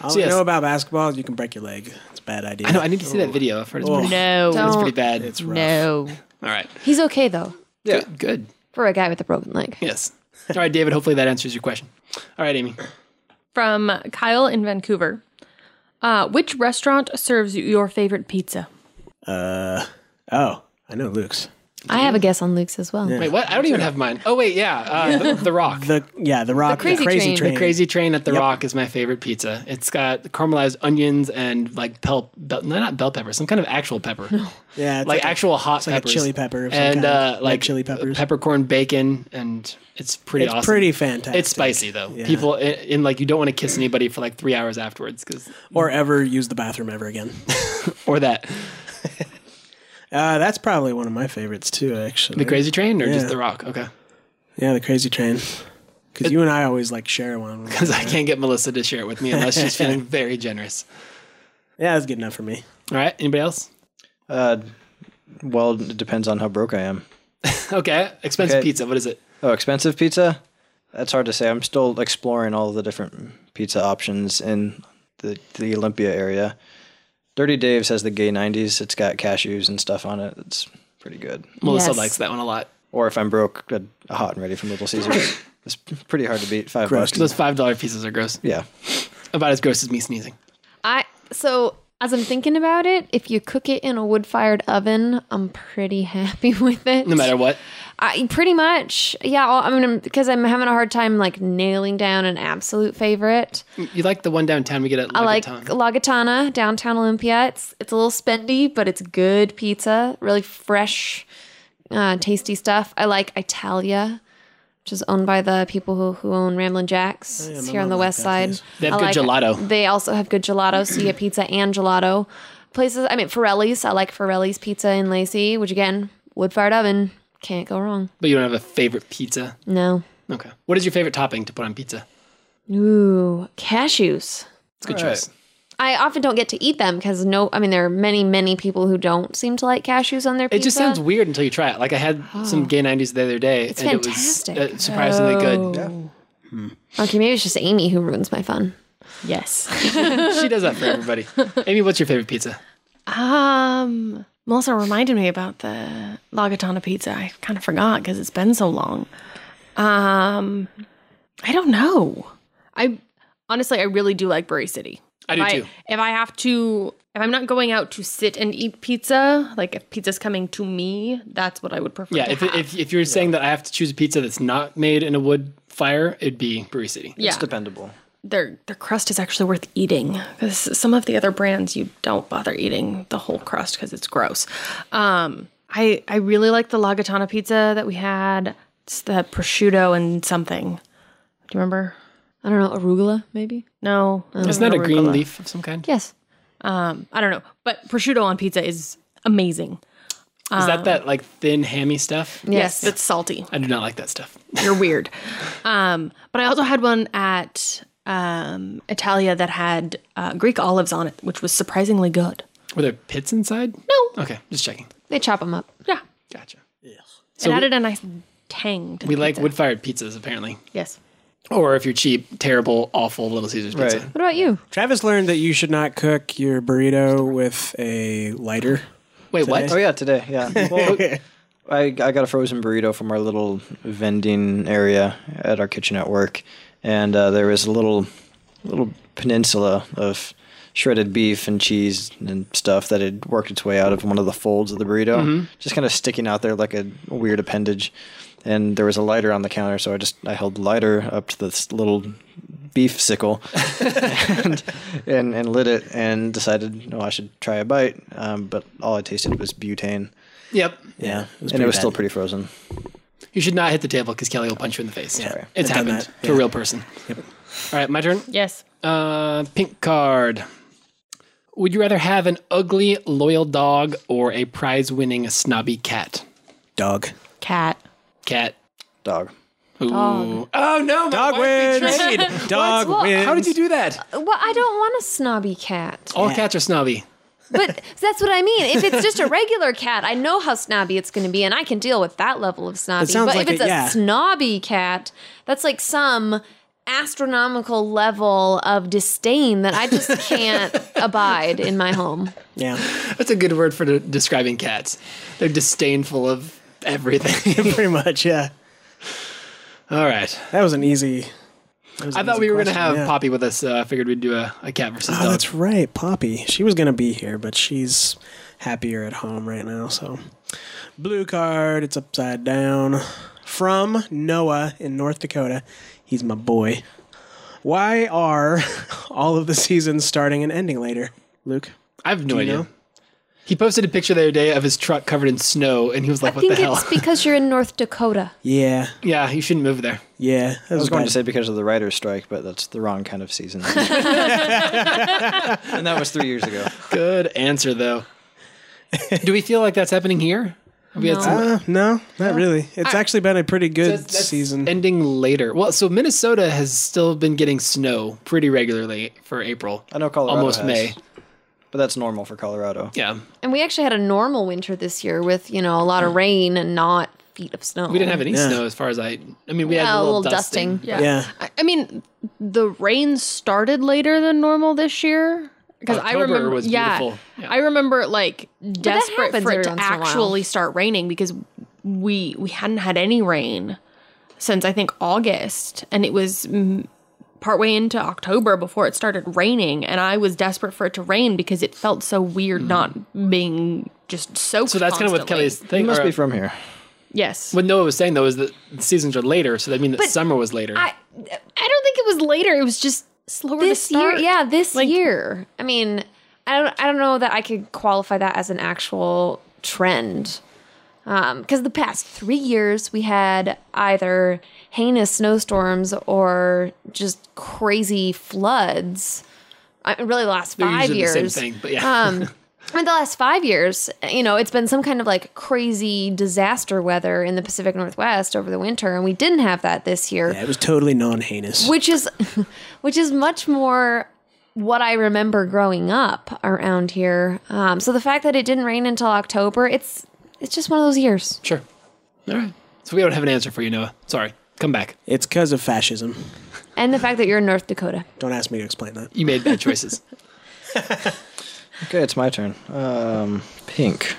Speaker 2: All
Speaker 1: So
Speaker 2: I
Speaker 1: yes.
Speaker 2: know about basketball is you can break your leg. It's a bad idea.
Speaker 1: I know. I need to see that video. I've heard it's pretty,
Speaker 5: Oh. No,
Speaker 1: it's
Speaker 4: Don't.
Speaker 1: pretty bad.
Speaker 2: It's rough.
Speaker 5: no.
Speaker 1: All right.
Speaker 4: He's okay though
Speaker 1: Yeah. Good. good.
Speaker 4: for a guy with a broken leg.
Speaker 1: Yes. All right, David. Hopefully that answers your question. All right, Amy.
Speaker 5: From Kyle in Vancouver. Uh, which restaurant serves your favorite pizza?
Speaker 2: Uh, oh, I know Luke's.
Speaker 4: I have a guess on Luke's as well.
Speaker 1: Wait, what? I don't even have mine. Oh wait, yeah. Uh, the, the Rock.
Speaker 2: The yeah, the Rock, the
Speaker 4: Crazy
Speaker 2: Crazy,
Speaker 4: Train.
Speaker 2: Train.
Speaker 4: The
Speaker 1: Crazy Train at the Rock is my favorite pizza. It's got caramelized onions and like bell, bell no, not bell pepper, some kind of actual pepper.
Speaker 2: Yeah, it's
Speaker 1: like,
Speaker 2: like a-
Speaker 1: actual hot
Speaker 2: it's like a
Speaker 1: peppers.
Speaker 2: chili pepper of some
Speaker 1: and
Speaker 2: kind,
Speaker 1: uh,
Speaker 2: red
Speaker 1: like
Speaker 2: chili peppers.
Speaker 1: peppercorn bacon, and it's pretty
Speaker 2: It's
Speaker 1: awesome.
Speaker 2: pretty fantastic.
Speaker 1: It's spicy though.
Speaker 2: Yeah.
Speaker 1: People in, in like you don't want to kiss anybody for like three hours afterwards because
Speaker 2: or ever use the bathroom ever again.
Speaker 1: or that
Speaker 2: Uh, that's probably one of my favorites too, actually.
Speaker 1: the Crazy Train or just
Speaker 2: Yeah.
Speaker 1: the Rock. Okay,
Speaker 2: yeah, the Crazy Train. Because you and I always like share one.
Speaker 1: because I can't get Melissa to share it with me unless she's feeling very generous.
Speaker 2: Yeah, that's good enough for me.
Speaker 1: All right, anybody else?
Speaker 3: Uh, well, it depends on how broke I am.
Speaker 1: Okay, expensive
Speaker 3: Okay.
Speaker 1: pizza. What is it?
Speaker 3: Oh, expensive pizza? That's hard to say. I'm still exploring all the different pizza options in the the Olympia area. Dirty Dave's has the gay 90s. It's got cashews and stuff on it. It's pretty good.
Speaker 1: Melissa
Speaker 5: Yes.
Speaker 1: likes that one a lot.
Speaker 3: Or if I'm broke, a, a hot and ready from Little Caesars. it's pretty hard to beat. Five
Speaker 2: Gross.
Speaker 3: bucks.
Speaker 1: Those five dollar pieces are gross.
Speaker 3: Yeah.
Speaker 1: About as gross as me sneezing.
Speaker 4: I so as I'm thinking about it, if you cook it in a wood fired oven, I'm pretty happy with it.
Speaker 1: No matter what.
Speaker 4: I pretty much yeah. I'll- I mean, because I'm having a hard time like nailing down an absolute favorite.
Speaker 1: You like the one downtown we get at
Speaker 4: I like
Speaker 1: Legaton.
Speaker 4: Lagatana, downtown Olympia. It's it's a little spendy, but it's good pizza. Really fresh, uh, tasty stuff. I like Italia, which is owned by the people who, who own Ramblin' Jack's.
Speaker 2: Oh, yeah,
Speaker 4: it's
Speaker 2: my
Speaker 4: here on
Speaker 2: mom
Speaker 4: the
Speaker 2: liked
Speaker 4: west
Speaker 2: that
Speaker 4: side.
Speaker 2: place.
Speaker 1: They have
Speaker 4: I
Speaker 1: good gelato.
Speaker 4: They also have good gelato, so you get pizza and gelato. Places, I mean, Ferrelli's. I like Ferrelli's Pizza in Lacey, which again, wood fired oven. Can't go wrong.
Speaker 1: But you don't have a favorite pizza.
Speaker 4: No.
Speaker 1: Okay. What is your favorite topping to put on pizza?
Speaker 4: Ooh, cashews.
Speaker 1: It's a good
Speaker 3: All right.
Speaker 1: choice.
Speaker 4: I often don't get to eat them because no, I mean there are many, many people who don't seem to like cashews on their
Speaker 1: It
Speaker 4: pizza. Oh.
Speaker 1: just sounds weird until you try it. Like I had some gay 90s the other day
Speaker 4: It's
Speaker 1: and it was uh,
Speaker 4: fantastic.
Speaker 1: surprisingly good.
Speaker 5: Oh,
Speaker 4: okay. Maybe it's just Amy who ruins my fun.
Speaker 5: Yes.
Speaker 4: Oh.
Speaker 1: She does that for everybody. Amy, what's your favorite pizza?
Speaker 5: um, Melissa reminded me about the Lagatana pizza. I kind of forgot because it's been so long. Um, I don't know. I honestly, I really do like Bury City.
Speaker 1: I do
Speaker 5: if
Speaker 1: too.
Speaker 5: If I have to, if I'm not going out to sit and eat pizza, like if pizza's coming to me, that's what I would prefer.
Speaker 1: Yeah,
Speaker 5: to
Speaker 1: if,
Speaker 5: have.
Speaker 1: if, if you're saying that I have to choose a pizza that's not made in a wood fire, it'd be Brewery City.
Speaker 5: yeah.
Speaker 3: It's dependable.
Speaker 5: their their crust is actually worth eating because some of the other brands you don't bother eating the whole crust because it's gross. Um, I I really like the Lagatana pizza that we had. It's the prosciutto and something. Do you remember?
Speaker 4: I don't know arugula maybe.
Speaker 5: No,
Speaker 1: Isn't that a green leaf of some kind?
Speaker 4: Yes,
Speaker 5: Um, I don't know, but prosciutto on pizza is amazing.
Speaker 1: Is
Speaker 4: Uh.
Speaker 1: that that like thin hammy stuff?
Speaker 5: Yes, it's salty.
Speaker 1: I do not like that stuff.
Speaker 5: You're weird. Um, but I also had one at um, Italia that had uh, Greek olives on it, which was surprisingly good.
Speaker 1: Were there pits inside?
Speaker 5: No,
Speaker 1: Okay, just checking.
Speaker 4: they chop them up.
Speaker 5: yeah,
Speaker 1: Gotcha.
Speaker 5: it added a nice tang to
Speaker 1: We
Speaker 5: the
Speaker 1: like
Speaker 5: pizza.
Speaker 1: wood fired pizzas apparently.
Speaker 5: Yes.
Speaker 1: Or if you're cheap, terrible, awful Little Caesars pizza.
Speaker 3: Right.
Speaker 4: What about you?
Speaker 2: Travis learned that you should not cook your burrito with a lighter.
Speaker 1: Wait, what?
Speaker 3: Oh, yeah, today. Yeah. Well, I, I got a frozen burrito from our little vending area at our kitchen at work. And uh, there was a little, little peninsula of shredded beef and cheese and stuff that had worked its way out of one of the folds of the burrito, just kind of sticking out there like a weird appendage. And there was a lighter on the counter, so I just I held the lighter up to this little beef sickle and, and and lit it and decided no I should try a bite um, but all I tasted was butane
Speaker 1: Yep.
Speaker 2: Yeah, it was
Speaker 3: and it was
Speaker 2: bad.
Speaker 3: still pretty frozen
Speaker 1: You should not hit the table because Kelly will punch you in the face.
Speaker 2: Yeah.
Speaker 1: It's
Speaker 2: I've done
Speaker 1: happened
Speaker 2: that.
Speaker 1: to a real person.
Speaker 2: Yep.
Speaker 1: All right, my turn.
Speaker 5: Yes.
Speaker 1: Uh, pink card. Would you rather have an ugly, loyal dog or a prize winning, snobby cat?
Speaker 2: Dog.
Speaker 5: Cat.
Speaker 1: Cat.
Speaker 3: dog
Speaker 1: Ooh. Oh, no. My
Speaker 2: Dog
Speaker 1: wife
Speaker 2: wins.
Speaker 1: betrayed.
Speaker 2: Dog
Speaker 4: What?
Speaker 2: wins.
Speaker 1: How did you do that?
Speaker 5: Uh,
Speaker 4: Well, I don't want a snobby cat,
Speaker 1: All cats are snobby.
Speaker 4: but that's what I mean. If it's just a regular cat, I know how snobby it's going to be, and I can deal with that level of snobby.
Speaker 2: sounds
Speaker 4: But
Speaker 2: like
Speaker 4: if it's
Speaker 2: a-
Speaker 4: a,
Speaker 2: yeah.
Speaker 4: snobby cat, that's like some astronomical level of disdain that I just can't abide in my home.
Speaker 2: Yeah,
Speaker 1: That's a good word for de- describing cats. They're disdainful of everything.
Speaker 2: pretty much. Yeah,
Speaker 1: All right.
Speaker 2: that was an easy. that was
Speaker 1: I
Speaker 2: an
Speaker 1: thought
Speaker 2: easy
Speaker 1: we were going to
Speaker 2: question,
Speaker 1: have
Speaker 2: yeah.
Speaker 1: Poppy with us, so I figured we'd do a, a cat versus
Speaker 2: Oh,
Speaker 1: dog.
Speaker 2: that's right, Poppy. She was gonna be here, but she's happier at home right now. So, blue card. It's upside down. From Noah in North Dakota. He's my boy. Why are all of the seasons starting and ending later, Luke?
Speaker 1: I have no
Speaker 2: you
Speaker 1: idea.
Speaker 2: know?
Speaker 1: He posted a picture the other day of his truck covered in snow, and he was
Speaker 4: I
Speaker 1: like, "What
Speaker 4: think
Speaker 1: the hell?"
Speaker 4: it's because you're in North Dakota.
Speaker 2: Yeah,
Speaker 1: yeah, you shouldn't move there.
Speaker 2: yeah. That
Speaker 3: I was going to
Speaker 2: bad.
Speaker 3: say because of the writer's strike but that's the wrong kind of season and that was three years ago
Speaker 1: Good answer, though. Do we feel like that's happening here? Have we had some
Speaker 2: Uh, no, not really. It's actually been a pretty good
Speaker 1: That's- that's
Speaker 2: season.
Speaker 1: ending later? Well, so Minnesota has still been getting snow pretty regularly for April.
Speaker 3: I know Colorado
Speaker 1: almost
Speaker 3: has.
Speaker 1: May.
Speaker 3: but that's normal for Colorado
Speaker 1: Yeah,
Speaker 4: And we actually had a normal winter this year with, you know, a lot of rain and not feet of snow.
Speaker 1: we didn't have any
Speaker 2: Yeah.
Speaker 1: snow as far as I. I mean, we had
Speaker 4: Yeah,
Speaker 1: a little, dusting.
Speaker 5: Yeah.
Speaker 2: Yeah.
Speaker 5: I, I mean, the rain started later than normal this year, because I
Speaker 1: October
Speaker 5: remember.
Speaker 1: was
Speaker 5: yeah,
Speaker 1: beautiful. Yeah.
Speaker 5: I remember like
Speaker 4: that
Speaker 5: desperate
Speaker 4: happens
Speaker 5: for it
Speaker 4: every
Speaker 5: to
Speaker 4: once in a while.
Speaker 5: actually start raining because we we hadn't had any rain since I think August, and it was mm, partway into October before it started raining, and I was desperate for it to rain because it felt so weird not being just soaked.
Speaker 1: Hmm. So that's kind of what
Speaker 5: constantly.
Speaker 1: Kelly's thing.
Speaker 3: It must
Speaker 1: or,
Speaker 3: be from here.
Speaker 5: Yes.
Speaker 1: what Noah was saying though is that the seasons are later, so that means that summer was later.
Speaker 5: I
Speaker 4: I
Speaker 5: don't think it was later. It was just slower to
Speaker 4: this year,
Speaker 5: start.
Speaker 4: yeah, this
Speaker 5: Like-
Speaker 4: year. I mean, I don't, I don't know that I could qualify that as an actual trend. Because the past three years, we had either heinous snowstorms or just crazy floods. I, really, the last
Speaker 1: They're
Speaker 4: five
Speaker 1: usually
Speaker 4: years.
Speaker 1: the same thing, but yeah.
Speaker 4: um, in the last five years, you know, it's been some kind of like crazy disaster weather in the Pacific Northwest over the winter, and we didn't have that this year
Speaker 2: Yeah, it was totally non heinous.
Speaker 4: which is which is much more what I remember growing up around here. Um, so the fact that it didn't rain until October, it's it's just one of those years.
Speaker 1: sure. All right. So we don't have an answer for you, Noah. Sorry. Come back.
Speaker 2: It's because of fascism.
Speaker 4: And the fact that you're in North Dakota.
Speaker 2: Don't ask me to explain that.
Speaker 1: You made bad choices.
Speaker 3: Okay, it's my turn. Um, pink.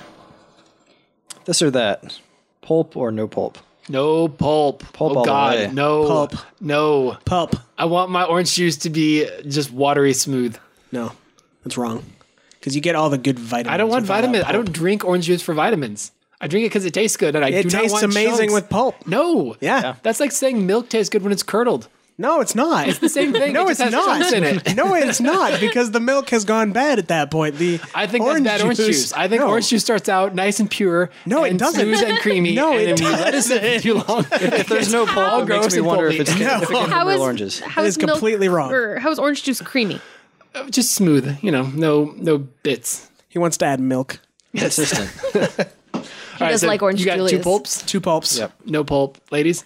Speaker 3: This or that? Pulp or no pulp?
Speaker 1: No pulp.
Speaker 3: Pulp
Speaker 1: oh
Speaker 3: all the
Speaker 1: God.
Speaker 3: way.
Speaker 1: No
Speaker 2: Pulp.
Speaker 1: No.
Speaker 2: Pulp.
Speaker 1: I want my orange juice to be just watery smooth.
Speaker 2: No, that's wrong. Because you get all the good vitamins.
Speaker 1: I don't want
Speaker 2: without
Speaker 1: vitamins. I
Speaker 2: pulp.
Speaker 1: don't drink orange juice for vitamins. I drink it because it tastes good, and I
Speaker 2: It
Speaker 1: do not
Speaker 2: tastes
Speaker 1: want
Speaker 2: amazing
Speaker 1: chunks.
Speaker 2: with pulp.
Speaker 1: No,
Speaker 2: Yeah. Yeah.
Speaker 1: that's like saying milk tastes good when it's curdled.
Speaker 2: No, it's not. It's the
Speaker 1: Same thing.
Speaker 2: No,
Speaker 1: it
Speaker 2: it's
Speaker 1: just has chunks
Speaker 2: not.
Speaker 1: in it.
Speaker 2: no, it's not because the milk has gone bad at that point. The
Speaker 1: I think that's bad orange juice. I think
Speaker 2: No.
Speaker 1: orange juice starts out nice and pure.
Speaker 2: No, it
Speaker 1: and
Speaker 2: doesn't.
Speaker 1: Smooth and creamy.
Speaker 2: No,
Speaker 1: and
Speaker 2: it
Speaker 1: then you let it sit for too long.
Speaker 3: If there's no pulp, it makes
Speaker 1: gross
Speaker 3: me
Speaker 1: and
Speaker 3: wonder
Speaker 1: pulpy.
Speaker 3: if it's if it came from
Speaker 5: How
Speaker 3: real
Speaker 5: is-
Speaker 3: oranges.
Speaker 5: How
Speaker 2: That is
Speaker 5: milk-
Speaker 2: completely wrong.
Speaker 5: Or how is orange juice creamy?
Speaker 1: just smooth. You know, no no bits.
Speaker 2: He wants to add milk.
Speaker 3: Consistent.
Speaker 1: All right,
Speaker 4: does like orange
Speaker 1: You got two
Speaker 4: Julius.
Speaker 1: pulps,
Speaker 2: Two pulps.
Speaker 3: Yep.
Speaker 1: no pulp, ladies.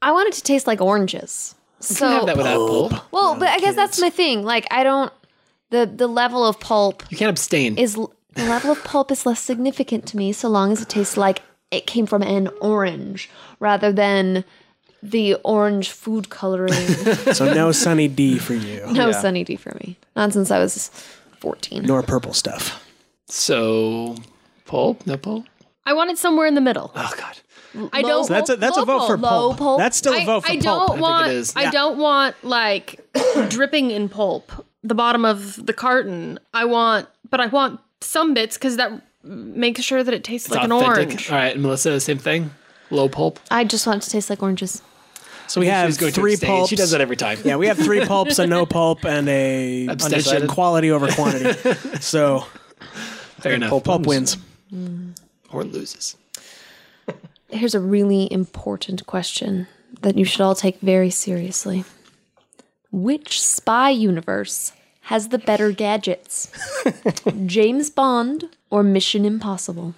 Speaker 4: I want it to taste like oranges.
Speaker 1: You can have that
Speaker 4: So
Speaker 1: without pulp.
Speaker 4: well, but I guess that's my thing. Like I don't the the level of pulp
Speaker 1: You can't abstain.
Speaker 4: is l- the level of pulp is less significant to me so long as it tastes like it came from an orange rather than the orange food coloring
Speaker 2: So no Sunny D for you,
Speaker 4: No
Speaker 3: Yeah.
Speaker 4: Sunny D for me. Not since I was 14.
Speaker 2: nor purple stuff.
Speaker 1: so pulp, no pulp.
Speaker 5: I want it somewhere in the middle.
Speaker 1: Oh God.
Speaker 5: I don't.
Speaker 2: That's a that's a vote for
Speaker 4: low
Speaker 2: pulp.
Speaker 4: pulp.
Speaker 2: That's still a
Speaker 5: I,
Speaker 2: vote for
Speaker 5: I
Speaker 2: pulp.
Speaker 5: don't want. I,
Speaker 1: it is.
Speaker 5: don't want like dripping in pulp the bottom of the carton. I want, but I want some bits because that makes sure that it tastes like an
Speaker 1: authentic.
Speaker 5: orange.
Speaker 1: All right, Melissa, same thing. Low pulp.
Speaker 4: I just want it to taste like oranges.
Speaker 2: So we have
Speaker 1: She's going
Speaker 2: three
Speaker 1: to abstain.
Speaker 2: pulps.
Speaker 1: She does that every time.
Speaker 2: Yeah, we have three pulps, a no pulp, and a
Speaker 1: Abstention.
Speaker 2: undecided. quality over quantity. So
Speaker 1: fair enough.
Speaker 2: pulp, wins.
Speaker 1: or loses.
Speaker 4: Here's a really important question that you should all take very seriously. Which spy universe has the better gadgets? James Bond or Mission Impossible?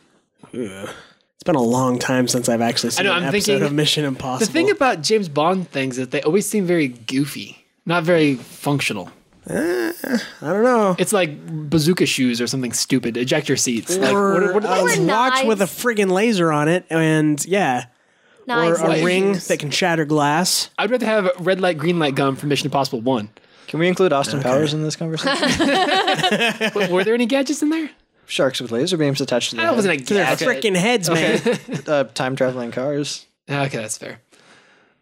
Speaker 2: It's been a long time since I've actually seen
Speaker 1: know,
Speaker 2: an
Speaker 1: I'm
Speaker 2: episode
Speaker 1: thinking-
Speaker 2: of Mission
Speaker 1: The
Speaker 2: Impossible.
Speaker 1: thing about James Bond things is they always seem very goofy, not very functional.
Speaker 2: I don't know.
Speaker 1: It's like bazooka shoes or something stupid, ejector seats. Like, what, are-
Speaker 2: Or
Speaker 1: what are those?
Speaker 2: a watch
Speaker 4: knives.
Speaker 2: with a friggin' laser on it, and yeah, or
Speaker 4: Knives
Speaker 2: a
Speaker 4: and
Speaker 2: ring
Speaker 4: shoes.
Speaker 2: that can shatter glass.
Speaker 1: I'd rather have red light, green light gum for Mission Impossible 1.
Speaker 3: Can we include Austin Powers in this conversation?
Speaker 1: W- Were there any gadgets in there?
Speaker 3: Sharks with laser beams attached to their
Speaker 1: That
Speaker 3: head.
Speaker 1: wasn't a
Speaker 2: They're
Speaker 1: gadget.
Speaker 2: freaking heads, man.
Speaker 3: uh, time traveling cars.
Speaker 1: Okay, that's fair.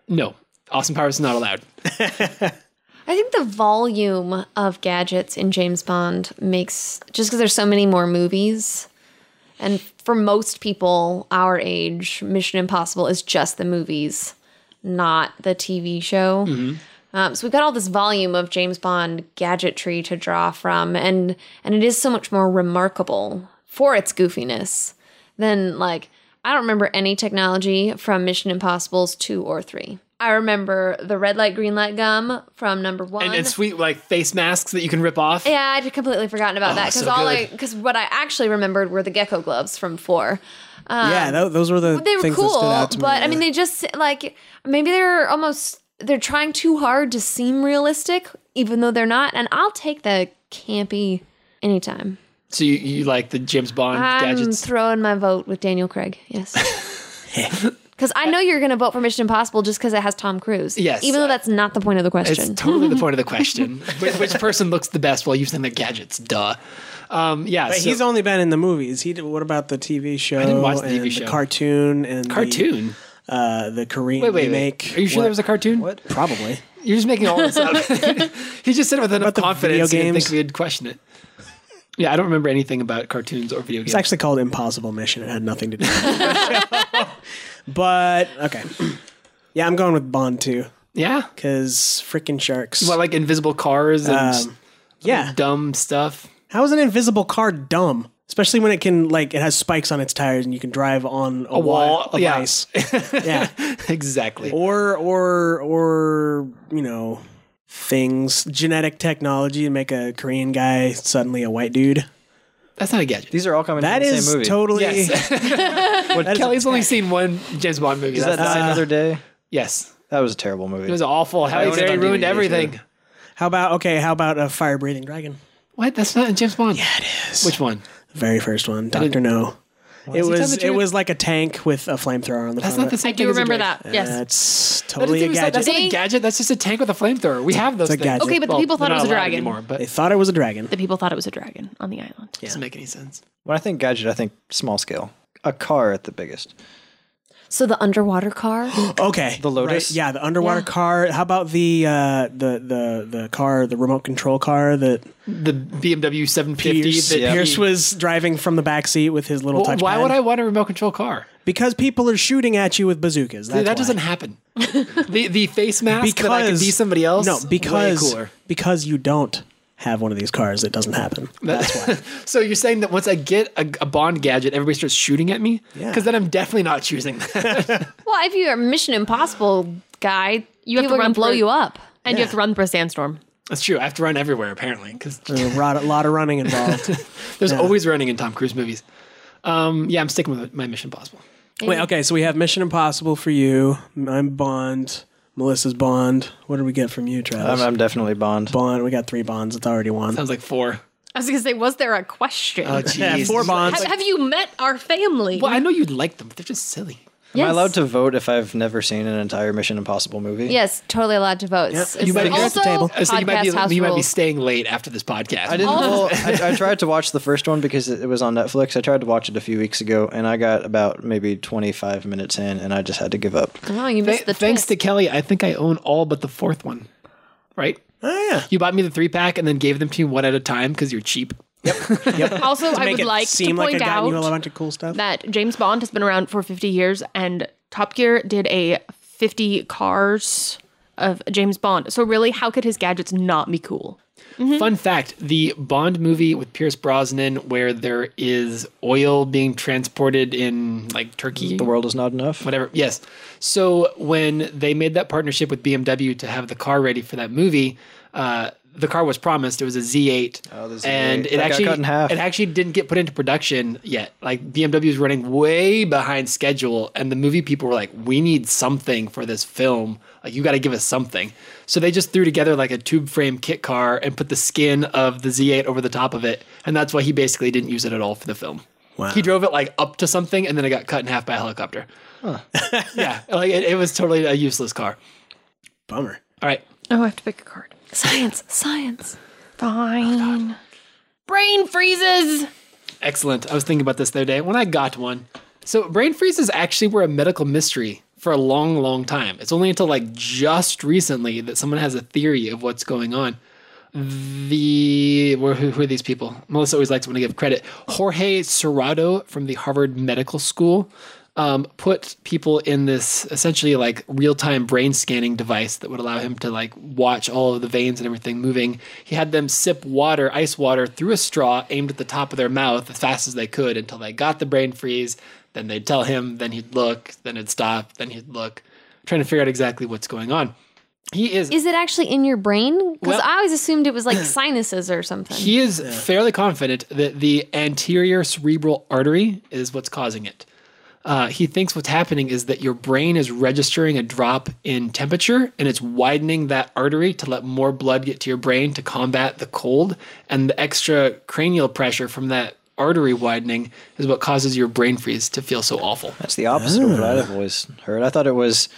Speaker 1: No, Austin Powers is not allowed.
Speaker 4: I think the volume of gadgets in James Bond makes just because there's so many more movies. And for most people our age, Mission Impossible is just the movies, not the TV show.
Speaker 1: Mm-hmm.
Speaker 4: Um, so we've got all this volume of James Bond gadgetry to draw from, and and it is so much more remarkable for its goofiness than like I don't remember any technology from Mission Impossible's two or three. I remember the red light, green light gum from number one.
Speaker 1: And, and sweet, like, face masks that you can rip off.
Speaker 4: yeah, I'd completely forgotten about that because
Speaker 1: Oh, so
Speaker 4: all
Speaker 1: good.
Speaker 4: I because what I actually remembered were the gecko gloves from four.
Speaker 2: yeah, tho- those were the
Speaker 4: they were
Speaker 2: things that
Speaker 4: cool,
Speaker 2: stood out to me.
Speaker 4: but I mean, they just like maybe they're almost they're trying too hard to seem realistic, even though they're not. And I'll take the campy anytime.
Speaker 1: So you, you like the James Bond
Speaker 4: I'm
Speaker 1: gadgets.
Speaker 4: throwing my vote with Daniel Craig. Yes, Because I know you're going to vote for Mission Impossible just because it has Tom Cruise.
Speaker 1: Yes.
Speaker 4: Even though that's not the point of the
Speaker 1: It's
Speaker 4: question.
Speaker 1: totally the point of the question. which, which person looks the best while using their gadgets? Duh. Um, yeah.
Speaker 2: But
Speaker 1: so-
Speaker 2: he's only been in the movies. He did, what about the TV show? I
Speaker 1: didn't watch the TV show.
Speaker 2: cartoon and the-
Speaker 1: cartoon.
Speaker 2: uh, the Korean
Speaker 1: Wait, wait,
Speaker 2: remake.
Speaker 1: wait. Are you sure
Speaker 2: What?
Speaker 1: there was a cartoon? What?
Speaker 2: Probably.
Speaker 1: You're just making all this up. he just said it with enough
Speaker 2: About the
Speaker 1: confidence.
Speaker 2: video
Speaker 1: You didn't think
Speaker 2: games?
Speaker 1: we'd question it. Yeah, I don't remember anything about cartoons or video games.
Speaker 2: It's actually called Impossible Mission. It had nothing to do with the show. But okay. Yeah, I'm going with Bond too
Speaker 1: yeah,
Speaker 2: because freaking sharks.
Speaker 1: well, like invisible cars and s-
Speaker 2: um, yeah.
Speaker 1: dumb stuff.
Speaker 2: How is an invisible car dumb? Especially when it can like it has spikes on its tires and you can drive on a,
Speaker 1: wall,
Speaker 2: wall of
Speaker 1: yeah.
Speaker 2: ice. yeah.
Speaker 1: exactly.
Speaker 2: Or or or you know things genetic technology to make a Korean guy suddenly a white dude.
Speaker 1: That's not a gadget.
Speaker 3: These are all coming
Speaker 2: That
Speaker 3: from the
Speaker 2: is
Speaker 3: same movie.
Speaker 2: totally
Speaker 1: Yes.
Speaker 2: that is a
Speaker 1: Kelly's only seen one James Bond movie.
Speaker 3: is that
Speaker 1: That's
Speaker 3: Die
Speaker 1: not-
Speaker 3: Another Day?
Speaker 1: yes,
Speaker 3: That was a terrible movie.
Speaker 1: it was awful. Halle
Speaker 3: own it
Speaker 1: Berry
Speaker 3: on
Speaker 1: ruined
Speaker 3: DVD,
Speaker 1: everything.
Speaker 3: too.
Speaker 2: How about okay? How about a fire breathing dragon?
Speaker 1: What? That's not in James Bond. Yeah, it is. Which one?
Speaker 2: The very first one, Doctor No. It
Speaker 1: Does he tell
Speaker 2: was
Speaker 1: the
Speaker 2: it
Speaker 1: truth?
Speaker 2: was like a tank with a flamethrower on the
Speaker 1: That's not
Speaker 2: front.
Speaker 1: the
Speaker 2: of it.
Speaker 1: same.
Speaker 5: I do
Speaker 1: thing as a
Speaker 5: remember
Speaker 1: gadget.
Speaker 5: that. Yes.
Speaker 2: That's
Speaker 1: That
Speaker 2: totally a
Speaker 1: is-
Speaker 2: gadget.
Speaker 1: That's not a gadget. That's just a tank with a flamethrower. We have those
Speaker 2: a
Speaker 1: things.
Speaker 2: gadget. Okay,
Speaker 5: but the people thought
Speaker 1: they're
Speaker 5: it was
Speaker 1: not
Speaker 5: a
Speaker 1: allowed
Speaker 5: dragon.
Speaker 1: anymore. But
Speaker 2: they
Speaker 1: it
Speaker 2: thought it was a dragon.
Speaker 5: The people thought it was a dragon on the island.
Speaker 1: doesn't make any sense.
Speaker 3: When I think gadget, I think small scale. A car at the biggest.
Speaker 4: so the underwater car.
Speaker 2: Okay, the
Speaker 3: Lotus?
Speaker 2: Yeah, the underwater car. How about the uh, the the the car, the remote control car that
Speaker 1: The BMW 750.
Speaker 2: Pierce,
Speaker 1: that he-
Speaker 2: Pierce was driving from the back seat with his little
Speaker 1: Well,
Speaker 2: touchpad?
Speaker 1: why would I want a remote control car?
Speaker 2: Because people are shooting at you with bazookas. That's
Speaker 1: Dude, that
Speaker 2: why.
Speaker 1: doesn't happen. the the face mask
Speaker 2: because
Speaker 1: that I can be somebody else.
Speaker 2: No,
Speaker 1: way
Speaker 2: because
Speaker 1: cooler.
Speaker 2: because you don't have one of these cars, it doesn't happen. That's why.
Speaker 1: So you're saying that once I get a, a Bond gadget, everybody starts shooting at me?
Speaker 2: Yeah.
Speaker 1: Because then I'm definitely not choosing that.
Speaker 4: well, if you're a Mission Impossible guy,
Speaker 5: You have
Speaker 4: people
Speaker 5: to
Speaker 4: are going
Speaker 5: run
Speaker 4: to blow
Speaker 5: through-
Speaker 4: you up.
Speaker 5: And you have to run through a sandstorm.
Speaker 1: That's true. I have to run everywhere apparently because
Speaker 2: There's a lot, a lot of running involved.
Speaker 1: there's always running in Tom Cruise movies. Um, yeah, I'm sticking with my Mission Possible.
Speaker 2: Wait, okay, so we have Mission Impossible for you. I'm Bond. Melissa's Bond. What did we get from you, Travis?
Speaker 3: I'm, I'm definitely Bond.
Speaker 2: Bond. We got three Bonds. It's already one.
Speaker 1: Sounds like four.
Speaker 5: I was going to say, was there a question?
Speaker 1: Oh,
Speaker 2: Yeah,
Speaker 1: jeez.
Speaker 2: four Bonds.
Speaker 5: have, have you met our family?
Speaker 1: Well, I know you like them, but they're just silly.
Speaker 3: Am I allowed to vote if I've never seen an entire Mission Impossible movie?
Speaker 4: Yes, totally allowed to vote. It's-
Speaker 2: Yep.
Speaker 4: it's
Speaker 2: You might be at the
Speaker 4: also
Speaker 2: table.
Speaker 1: Uh, so you might be
Speaker 4: podcast house
Speaker 1: you might be
Speaker 4: rules.
Speaker 1: staying late after this podcast.
Speaker 3: I didn't. Well, I, I tried to watch the first one because it, it was on Netflix. I tried to watch it a few weeks ago, and I got about maybe 25 minutes in, and I just had to give up.
Speaker 4: Oh, you missed the
Speaker 1: Thanks to
Speaker 4: twist.
Speaker 1: Kelly, I think I own all but the fourth one. Right?
Speaker 2: oh
Speaker 1: You bought me the three pack and then gave them to me one at a time because you're cheap.
Speaker 2: yeah. Yep.
Speaker 5: also, I
Speaker 2: Make
Speaker 5: would
Speaker 2: it
Speaker 5: like to
Speaker 2: seem like I
Speaker 5: point
Speaker 2: got you a
Speaker 5: out
Speaker 2: bunch of cool stuff.
Speaker 5: that James Bond has been around for 50 years, and Top Gear did a 50 cars of James Bond. So really, how could his gadgets not be cool?
Speaker 1: Fun fact the Bond movie with Pierce Brosnan, where there is oil being transported in like Turkey,
Speaker 3: The world is not enough.
Speaker 1: whatever. Yes. So when they made that partnership with BMW to have the car ready for that movie, uh, the car was promised. It was a Z8, oh,
Speaker 3: the Z8.
Speaker 1: and
Speaker 3: That
Speaker 1: it
Speaker 3: got
Speaker 1: actually
Speaker 3: cut in half.
Speaker 1: it actually didn't get put into production yet. Like BMW is running way behind schedule, and the movie people were like, "We need something for this film. Like you got to give us something." So they just threw together like a tube frame kit car and put the skin of the Z8 over the top of it, and that's why he basically didn't use it at all for the film.
Speaker 2: Wow.
Speaker 1: He drove it like up to something, and then it got cut in half by a helicopter. yeah, like it, it was totally a useless car.
Speaker 2: Bummer.
Speaker 1: All right,
Speaker 5: Oh, I have to pick a card.
Speaker 4: Science, science.
Speaker 5: Fine. Oh, Brain freezes.
Speaker 1: excellent. I was thinking about this the other day when I got one. So brain freezes actually were a medical mystery for a long, long time. It's only until like just recently that someone has a theory of what's going on. The where- who, who are these people? Melissa always likes when I give credit. Jorge Serrado from the Harvard Medical School um, put people in this essentially like real time brain scanning device that would allow him to like watch all of the veins and everything moving. He had them sip water, ice water, through a straw aimed at the top of their mouth as fast as they could until they got the brain freeze. Then they'd tell him, then he'd look, then it'd stop, then he'd look, trying to figure out exactly what's going on. He is
Speaker 4: Is it actually in your brain? Because
Speaker 1: Well-
Speaker 4: I always assumed it was like sinuses or something.
Speaker 1: He is fairly confident that the anterior cerebral artery is what's causing it. Uh, he thinks what's happening is that your brain is registering a drop in temperature and it's widening that artery to let more blood get to your brain to combat the cold. And the extra cranial pressure from that artery widening is what causes your brain freeze to feel so awful.
Speaker 3: That's the opposite of what I've always heard. I thought it was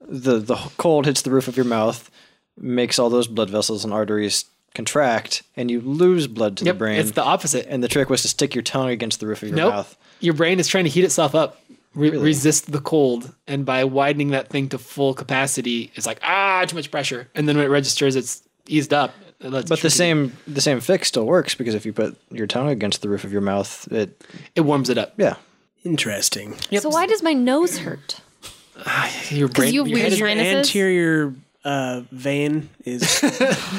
Speaker 3: the the cold hits the roof of your mouth, makes all those blood vessels and arteries contract, and you lose blood to
Speaker 1: Yep,
Speaker 3: the brain.
Speaker 1: it's the opposite.
Speaker 3: and the trick was to stick your tongue against the roof of your
Speaker 1: nope,
Speaker 3: mouth.
Speaker 1: your brain is trying to heat itself up, re- resist the cold, and by widening that thing to full capacity, it's like ah, too much pressure, and then when it registers, it's eased up. It lets
Speaker 3: But the
Speaker 1: it-
Speaker 3: same the same fix still works because if you put your tongue against the roof of your mouth, it
Speaker 1: it warms it up.
Speaker 3: yeah.
Speaker 2: Interesting.
Speaker 4: So why does my nose hurt?
Speaker 1: Your brain,
Speaker 5: you
Speaker 1: your head
Speaker 5: weird
Speaker 1: is-
Speaker 5: your Sinuses?
Speaker 2: Anterior uh, vein is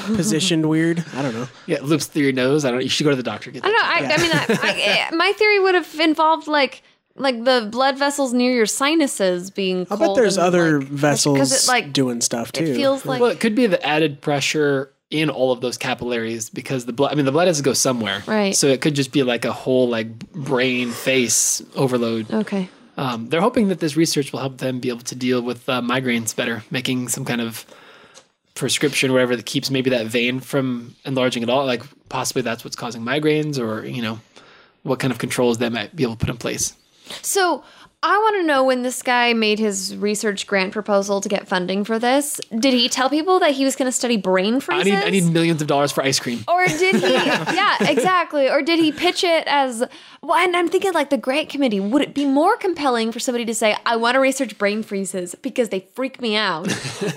Speaker 2: positioned weird. I don't know.
Speaker 1: yeah, it loops through your nose. I don't. You should go to the doctor. Get
Speaker 4: I don't know. I, I mean, I, I, my theory would have involved like like the blood vessels near your sinuses being.
Speaker 2: I
Speaker 4: Cold
Speaker 2: bet there's
Speaker 4: and,
Speaker 2: other
Speaker 4: like,
Speaker 2: vessels
Speaker 4: it, like,
Speaker 2: doing stuff too.
Speaker 4: It feels like
Speaker 1: Well, it could be the added pressure in all of those capillaries because the blood. I mean, the blood has to go somewhere,
Speaker 4: Right.
Speaker 1: So it could just be like a whole like brain face overload.
Speaker 4: okay.
Speaker 1: Um, they're hoping that this research will help them be able to deal with uh, migraines better, making some kind of prescription, whatever that keeps maybe that vein from enlarging at all. Like possibly that's what's causing migraines, or you know, what kind of controls they might be able to put in place.
Speaker 4: So I want to know when this guy made his research grant proposal to get funding for this. Did he tell people that he was going to study brain
Speaker 1: I
Speaker 4: freezes?
Speaker 1: need I need millions of dollars for ice cream.
Speaker 4: or did he? yeah, exactly. Or did he pitch it as? Well, and I'm thinking like the grant committee. Would it be more compelling for somebody to say, "I want to research brain freezes because they freak me out,"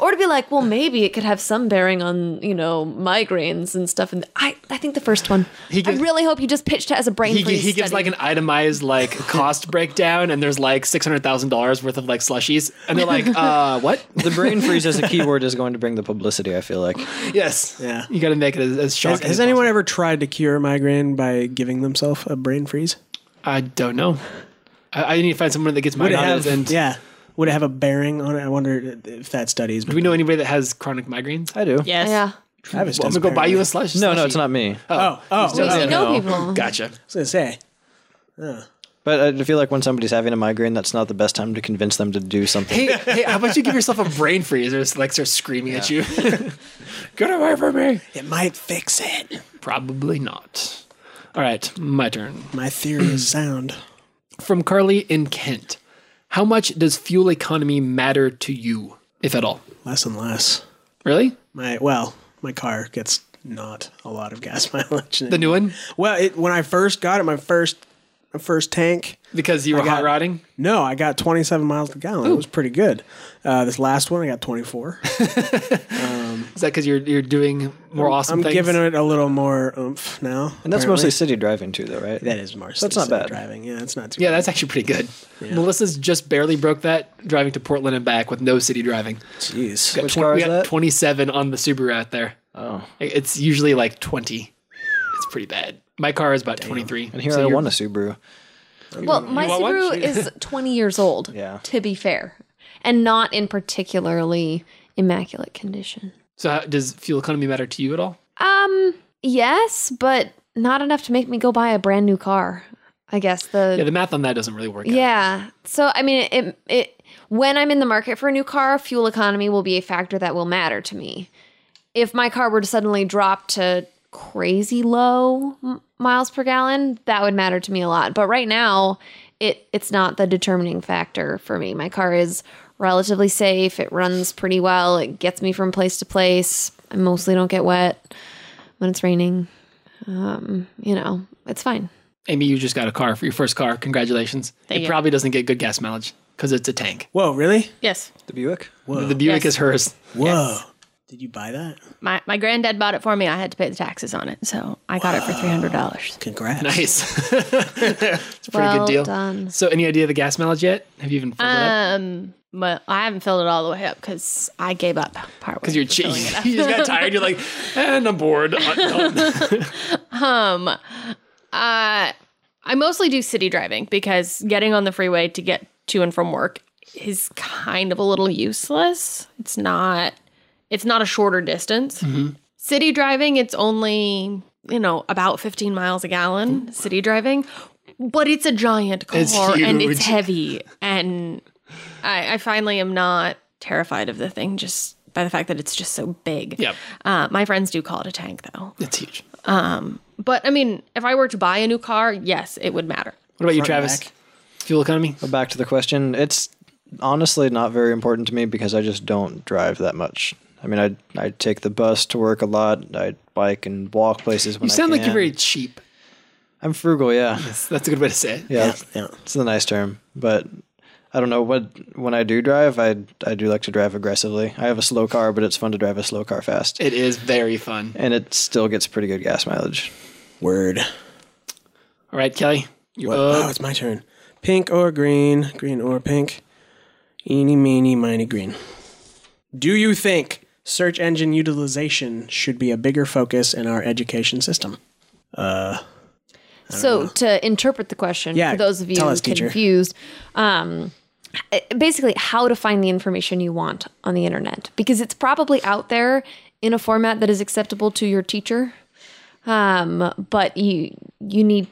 Speaker 4: or to be like, "Well, maybe it could have some bearing on you know migraines and stuff"? And I, I think the first one.
Speaker 1: He gives-
Speaker 4: I really hope you just pitched it as a brain
Speaker 1: he,
Speaker 4: freeze.
Speaker 1: he gives
Speaker 4: study.
Speaker 1: like an itemized like cost breakdown and there's like $600000 worth of like slushies and they're like uh what
Speaker 3: The brain freeze as a keyword is going to bring the publicity. I feel like
Speaker 1: yes
Speaker 2: Yeah.
Speaker 1: you gotta make it as, as
Speaker 2: has,
Speaker 1: shocking
Speaker 2: has
Speaker 1: as
Speaker 2: anyone ever tried to cure migraine by giving themselves a brain freeze?
Speaker 1: possible. i don't know I, I need to find someone that gets
Speaker 2: Would it
Speaker 1: migraines
Speaker 2: have?
Speaker 1: and
Speaker 2: yeah. Would it have a bearing on it? I wonder if that studies.
Speaker 1: do we know anybody that has chronic migraines
Speaker 3: I do.
Speaker 5: Yes.
Speaker 4: yeah.
Speaker 2: Travis
Speaker 1: i'm
Speaker 2: does
Speaker 1: gonna go buy
Speaker 2: apparently.
Speaker 1: you a slush
Speaker 3: No, no,
Speaker 1: slushie.
Speaker 3: it's not me.
Speaker 2: Oh, oh,
Speaker 4: We,
Speaker 2: I
Speaker 4: we know people.
Speaker 1: gotcha
Speaker 2: was gonna say.
Speaker 3: But I feel like when somebody's having a migraine, that's not the best time to convince them to do something.
Speaker 1: hey hey how about you give yourself a brain freeze or like start screaming at you get away from me
Speaker 2: It might fix it.
Speaker 1: probably not all right my turn
Speaker 2: My theory is sound.
Speaker 1: from Carly in Kent. How much does fuel economy matter to you, if at all?
Speaker 2: Less and less.
Speaker 1: Really?
Speaker 2: My well, my car gets not a lot of gas mileage.
Speaker 1: The new one?
Speaker 2: Well, it, when I first got it, my first my first tank.
Speaker 1: Because you were
Speaker 2: got-
Speaker 1: hot rodding?
Speaker 2: No, I got 27 miles per gallon. It was pretty good. Uh, this last one, I got 24.
Speaker 1: Is that because you're you're doing more awesome
Speaker 2: I'm
Speaker 1: things?
Speaker 2: giving it a little more oomph now.
Speaker 3: And that's
Speaker 2: apparently.
Speaker 3: mostly city driving too, though, right?
Speaker 2: that is more.
Speaker 3: That's not bad.
Speaker 2: Driving, yeah, it's not too.
Speaker 1: yeah,
Speaker 2: bad.
Speaker 1: that's actually pretty good. Melissa's just barely broke that driving to Portland and back with no city driving.
Speaker 2: jeez.
Speaker 1: Got
Speaker 3: Which
Speaker 1: twen-
Speaker 3: car
Speaker 1: we
Speaker 3: is
Speaker 1: got
Speaker 3: that?
Speaker 1: 27 on the Subaru out there. Oh. It's usually like 20. It's pretty bad. My car is about 23.
Speaker 3: And here
Speaker 1: so
Speaker 3: I
Speaker 1: you're-
Speaker 3: won a Subaru.
Speaker 4: Well, my
Speaker 1: want one?
Speaker 4: Subaru is 20 years old,
Speaker 3: Yeah.
Speaker 4: to be fair, and not in particularly immaculate condition.
Speaker 1: So how, does fuel economy matter to you at all?
Speaker 4: Um, yes, but not enough to make me go buy a brand new car. I guess the
Speaker 1: Yeah, the math on that doesn't really work out.
Speaker 4: yeah. So I mean, it it when I'm in the market for a new car, fuel economy will be a factor that will matter to me. If my car were to suddenly drop to crazy low m- miles per gallon, that would matter to me a lot. But right now, it it's not the determining factor for me. My car is relatively safe. It runs pretty well. It gets me from place to place. I mostly don't get wet when it's raining. Um, you know, it's fine.
Speaker 1: Amy, you just got a car for your first car. Congratulations. it
Speaker 5: you.
Speaker 1: probably doesn't get good gas mileage because it's a tank.
Speaker 2: Whoa, really?
Speaker 5: Yes.
Speaker 3: The Buick.
Speaker 2: Whoa,
Speaker 1: The Buick
Speaker 5: Yes.
Speaker 1: is hers.
Speaker 2: whoa. Did you buy that?
Speaker 5: My my granddad bought it for me. I had to pay the taxes on it, so I got it for three hundred dollars.
Speaker 2: Congrats.
Speaker 1: Nice. it's a pretty
Speaker 4: well
Speaker 1: good deal.
Speaker 4: done.
Speaker 1: So, any idea of the gas mileage yet? Have you even filled it up?
Speaker 5: Um, well, I haven't filled it all the way up because I gave up part
Speaker 1: Because you're cheating. you just got tired. You're like, and I'm bored. Uh, no.
Speaker 5: Uh, I mostly do city driving because getting on the freeway to get to and from work is kind of a little useless. It's not it's not a shorter distance.
Speaker 1: Mm-hmm.
Speaker 5: City driving it's only, you know, about 15 miles a gallon city driving, but it's a giant car
Speaker 1: It's
Speaker 5: and it's
Speaker 1: huge.
Speaker 5: heavy and I, I finally am not terrified of the thing just by the fact that it's just so big.
Speaker 1: Yep.
Speaker 5: Uh, my friends do call it a tank though.
Speaker 1: It's huge.
Speaker 5: But I mean, if I were to buy a new car, yes, it would matter.
Speaker 1: What about you,
Speaker 2: Front and
Speaker 1: Travis?
Speaker 2: back.
Speaker 1: Fuel economy?
Speaker 3: Back to the question. It's honestly not very important to me because I just don't drive that much. I mean, I I take the bus to work a lot. I bike and walk places. When
Speaker 1: You sound
Speaker 3: I
Speaker 1: like you're
Speaker 3: can.
Speaker 1: very cheap.
Speaker 3: I'm frugal. Yeah.
Speaker 1: That's a good way to say it.
Speaker 3: yeah,
Speaker 2: yeah.
Speaker 3: It's a nice term, but I don't know what when I do drive, I I do like to drive aggressively. I have a slow car, but it's fun to drive a slow car fast,
Speaker 1: It is very fun.
Speaker 3: and it still gets pretty good gas mileage.
Speaker 2: Word.
Speaker 1: All right, Kelly. You're
Speaker 2: What?
Speaker 3: Uh,
Speaker 1: up.
Speaker 2: oh, it's my turn. Pink or green? Green or pink? Eeny, meeny, miny, green. Do you think search engine utilization should be a bigger focus in our education system? Uh,
Speaker 4: So to interpret the question
Speaker 2: Yeah,
Speaker 4: for those of you
Speaker 2: tell us, teacher.
Speaker 4: confused, um, it- basically how to find the information you want on the internet because it's probably out there in a format that is acceptable to your teacher. Um, but you you need,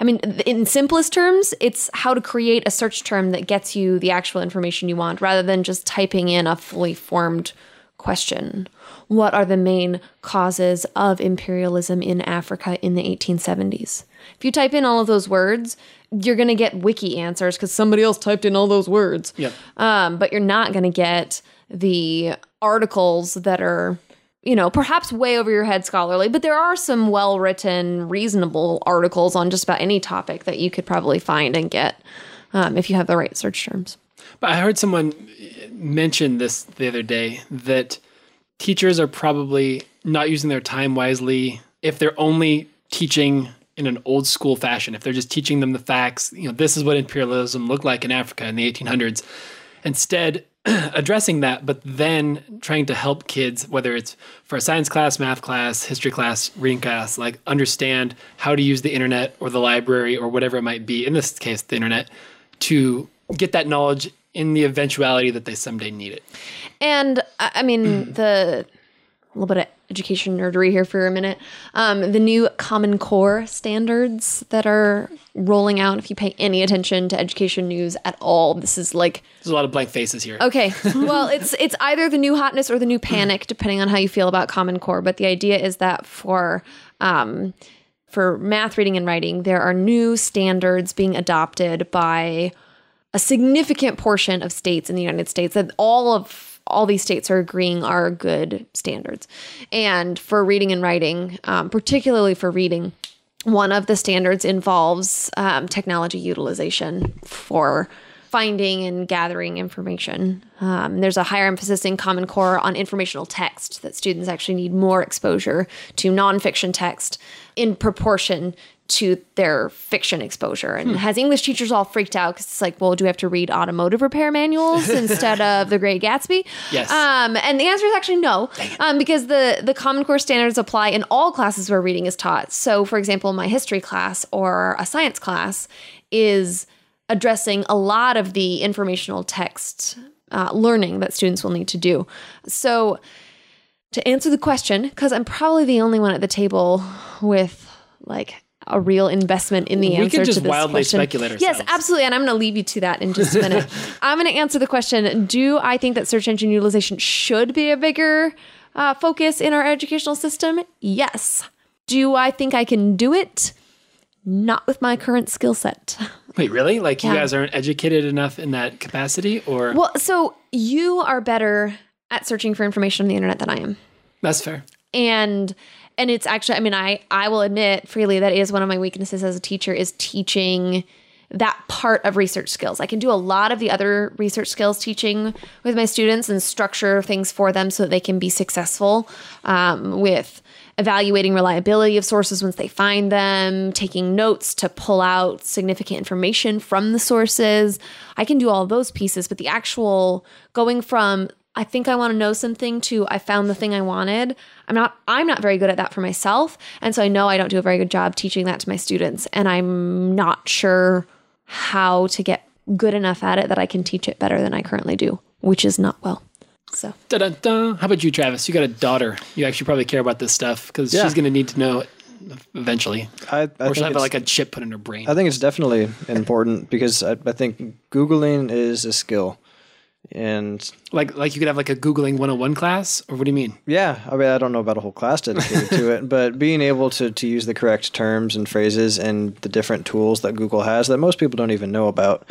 Speaker 4: I mean, in simplest terms, it's how to create a search term that gets you the actual information you want rather than just typing in a fully formed question. What are the main causes of imperialism in Africa in the 1870s? If you type in all of those words, you're going to get wiki answers because somebody else typed in all those words.
Speaker 1: Yep.
Speaker 4: Um, but you're not going to get the articles that are, you know, perhaps way over your head scholarly, but there are some well written, reasonable articles on just about any topic that you could probably find and get um, if you have the right search terms.
Speaker 1: But I heard someone mention this the other day that teachers are probably not using their time wisely if they're only teaching in an old school fashion. If they're just teaching them the facts, you know, this is what imperialism looked like in Africa in the 1800s. Instead, addressing that, but then trying to help kids, whether it's for a science class, math class, history class, reading class, like understand how to use the internet or the library or whatever it might be, in this case, the internet, to get that knowledge in the eventuality that they someday need it.
Speaker 4: And I I mean, the a little bit of education nerdery here for a minute. Um, the new Common Core standards that are rolling out. If you pay any attention to education news at all, this is like
Speaker 1: There's a lot of blank faces here.
Speaker 4: Okay. Well, it's it's either the new hotness or the new panic, depending on how you feel about Common Core. But the idea is that for um, for math, reading, and writing, there are new standards being adopted by a significant portion of states in the United States that all of all these states are agreeing are good standards. And for reading and writing, um, particularly for reading, one of the standards involves um, technology utilization for finding and gathering information. Um, there's a higher emphasis in Common Core on informational text, that students actually need more exposure to nonfiction text in proportion to their fiction exposure. And has English teachers all freaked out because it's like, well, do we have to read automotive repair manuals instead of The Great Gatsby?
Speaker 1: Yes.
Speaker 4: Um, and the answer is actually no, um, because the the Common Core standards apply in all classes where reading is taught. So, for example, my history class or a science class is addressing a lot of the informational text uh, learning that students will need to do. So, to answer the question, because I'm probably the only one at the table with like a real investment in the
Speaker 1: We
Speaker 4: answer
Speaker 1: could just
Speaker 4: to this
Speaker 1: wildly
Speaker 4: question.
Speaker 1: speculate
Speaker 4: Yes,
Speaker 1: ourselves.
Speaker 4: absolutely, and I'm going to leave you to that in just a minute. I'm going to answer the question: Do I think that search engine utilization should be a bigger uh, focus in our educational system? Yes. Do I think I can do it? Not with my current skill set.
Speaker 1: Wait, really? Like you
Speaker 4: Yeah.
Speaker 1: guys aren't educated enough in that capacity or
Speaker 4: Well, so you are better at searching for information on the internet than I am.
Speaker 1: that's fair.
Speaker 4: and and it's actually i mean i i will admit freely that is one of my weaknesses as a teacher is teaching that part of research skills i can do a lot of the other research skills teaching with my students and structure things for them so that they can be successful um, with evaluating reliability of sources once they find them taking notes to pull out significant information from the sources i can do all those pieces but the actual going from I think I want to know something to I found the thing I wanted. I'm not I'm not very good at that for myself, and so I know I don't do a very good job teaching that to my students and I'm not sure how to get good enough at it that I can teach it better than I currently do, which is not well. So,
Speaker 1: Dun, dun, dun. How about you, Travis? You got a daughter. You actually probably care about this stuff because
Speaker 3: Yeah.
Speaker 1: she's going to need to know eventually.
Speaker 3: I, I
Speaker 1: Or
Speaker 3: think
Speaker 1: she'll have
Speaker 3: it's-
Speaker 1: like a chip put in her brain.
Speaker 3: I think it's definitely important because I, I think Googling is a skill. and
Speaker 1: Like like you could have like a Googling 101 class, or what do you mean?
Speaker 3: Yeah, I mean, I don't know about a whole class dedicated to it, but being able to, to use the correct terms and phrases and the different tools that Google has that most people don't even know about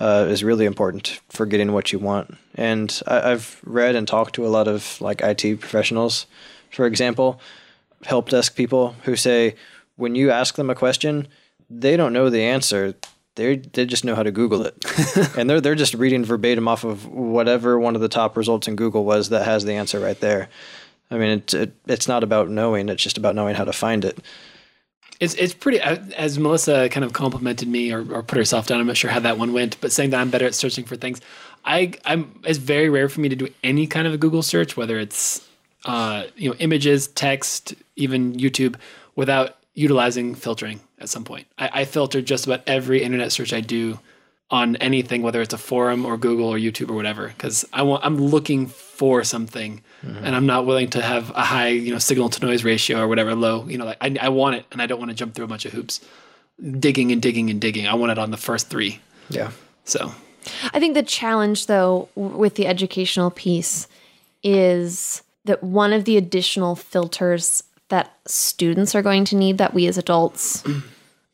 Speaker 3: uh, is really important for getting what you want. And I, I've read and talked to a lot of like IT professionals, for example, help desk people who say when you ask them a question, they don't know the answer. They they just know how to Google it, and they're they're just reading verbatim off of whatever one of the top results in Google was that has the answer right there. I mean, it's it, it's not about knowing; it's just about knowing how to find it.
Speaker 1: It's it's pretty. As Melissa kind of complimented me or, or put herself down, I'm not sure how that one went, but saying that I'm better at searching for things, I I'm it's very rare for me to do any kind of a Google search, whether it's uh, you know images, text, even YouTube, without utilizing filtering at some point. I, I filter just about every internet search I do on anything, whether it's a forum or Google or YouTube or whatever, because I want I'm looking for something, and I'm not willing to have a high you know signal to noise ratio or whatever low you know like I, I want it and I don't want to jump through a bunch of hoops, digging and digging and digging. I want it on the first three.
Speaker 3: Yeah,
Speaker 1: So
Speaker 4: I think the challenge, though, w- with the educational piece is that one of the additional filters that students are going to need that we as adults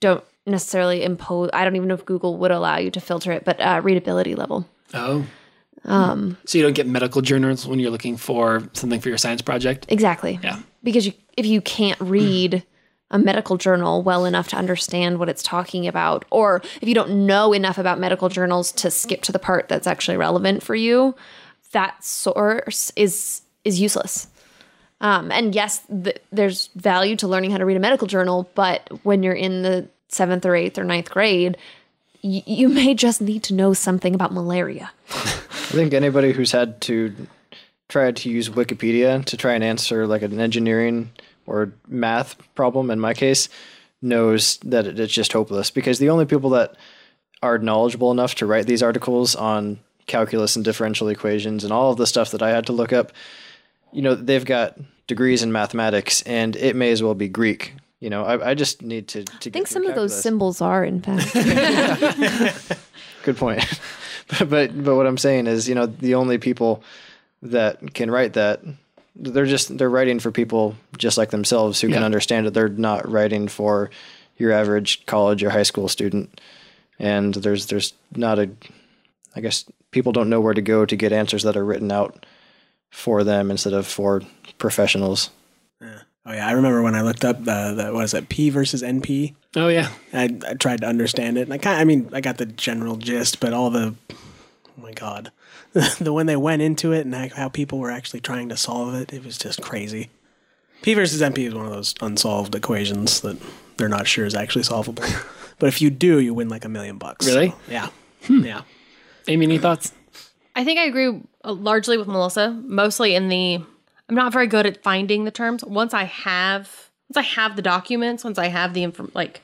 Speaker 4: don't necessarily impose. I don't even know if Google would allow you to filter it, but uh, readability level.
Speaker 1: oh. Um, so you don't get medical journals when you're looking for something for your science project.
Speaker 4: Exactly.
Speaker 1: Yeah.
Speaker 4: Because you, if you can't read a medical journal well enough to understand what it's talking about, or if you don't know enough about medical journals to skip to the part that's actually relevant for you, that source is is useless. Um, and yes, th- there's value to learning how to read a medical journal, but when you're in the seventh or eighth or ninth grade, y- you may just need to know something about malaria.
Speaker 3: I think anybody who's had to try to use Wikipedia to try and answer like an engineering or math problem, in my case, knows that it, it's just hopeless because the only people that are knowledgeable enough to write these articles on calculus and differential equations and all of the stuff that I had to look up, you know, they've got degrees in mathematics and it may as well be Greek. You know, I, I just need to. to
Speaker 4: I think some of those symbols are, in fact.
Speaker 3: good point. but, but but what I'm saying is, you know, the only people that can write that they're just they're writing for people just like themselves who can
Speaker 1: Yeah.
Speaker 3: understand it. They're not writing for your average college or high school student. And there's there's not a I guess people don't know where to go to get answers that are written out for them instead of for professionals.
Speaker 2: Oh yeah, I remember when I looked up the, the what is it, P versus NP.
Speaker 1: Oh yeah,
Speaker 2: I, I tried to understand it, and I kind I mean, I got the general gist, but all the, oh my god, the when they went into it and how people were actually trying to solve it, it was just crazy. P versus NP is one of those unsolved equations that they're not sure is actually solvable, but if you do, you win like a million bucks.
Speaker 1: Really?
Speaker 2: So, yeah. Yeah.
Speaker 1: Amy, any thoughts?
Speaker 5: I think I agree uh, largely with Melissa, mostly in the I'm not very good at finding the terms. Once I have once I have the documents, once I have the inform like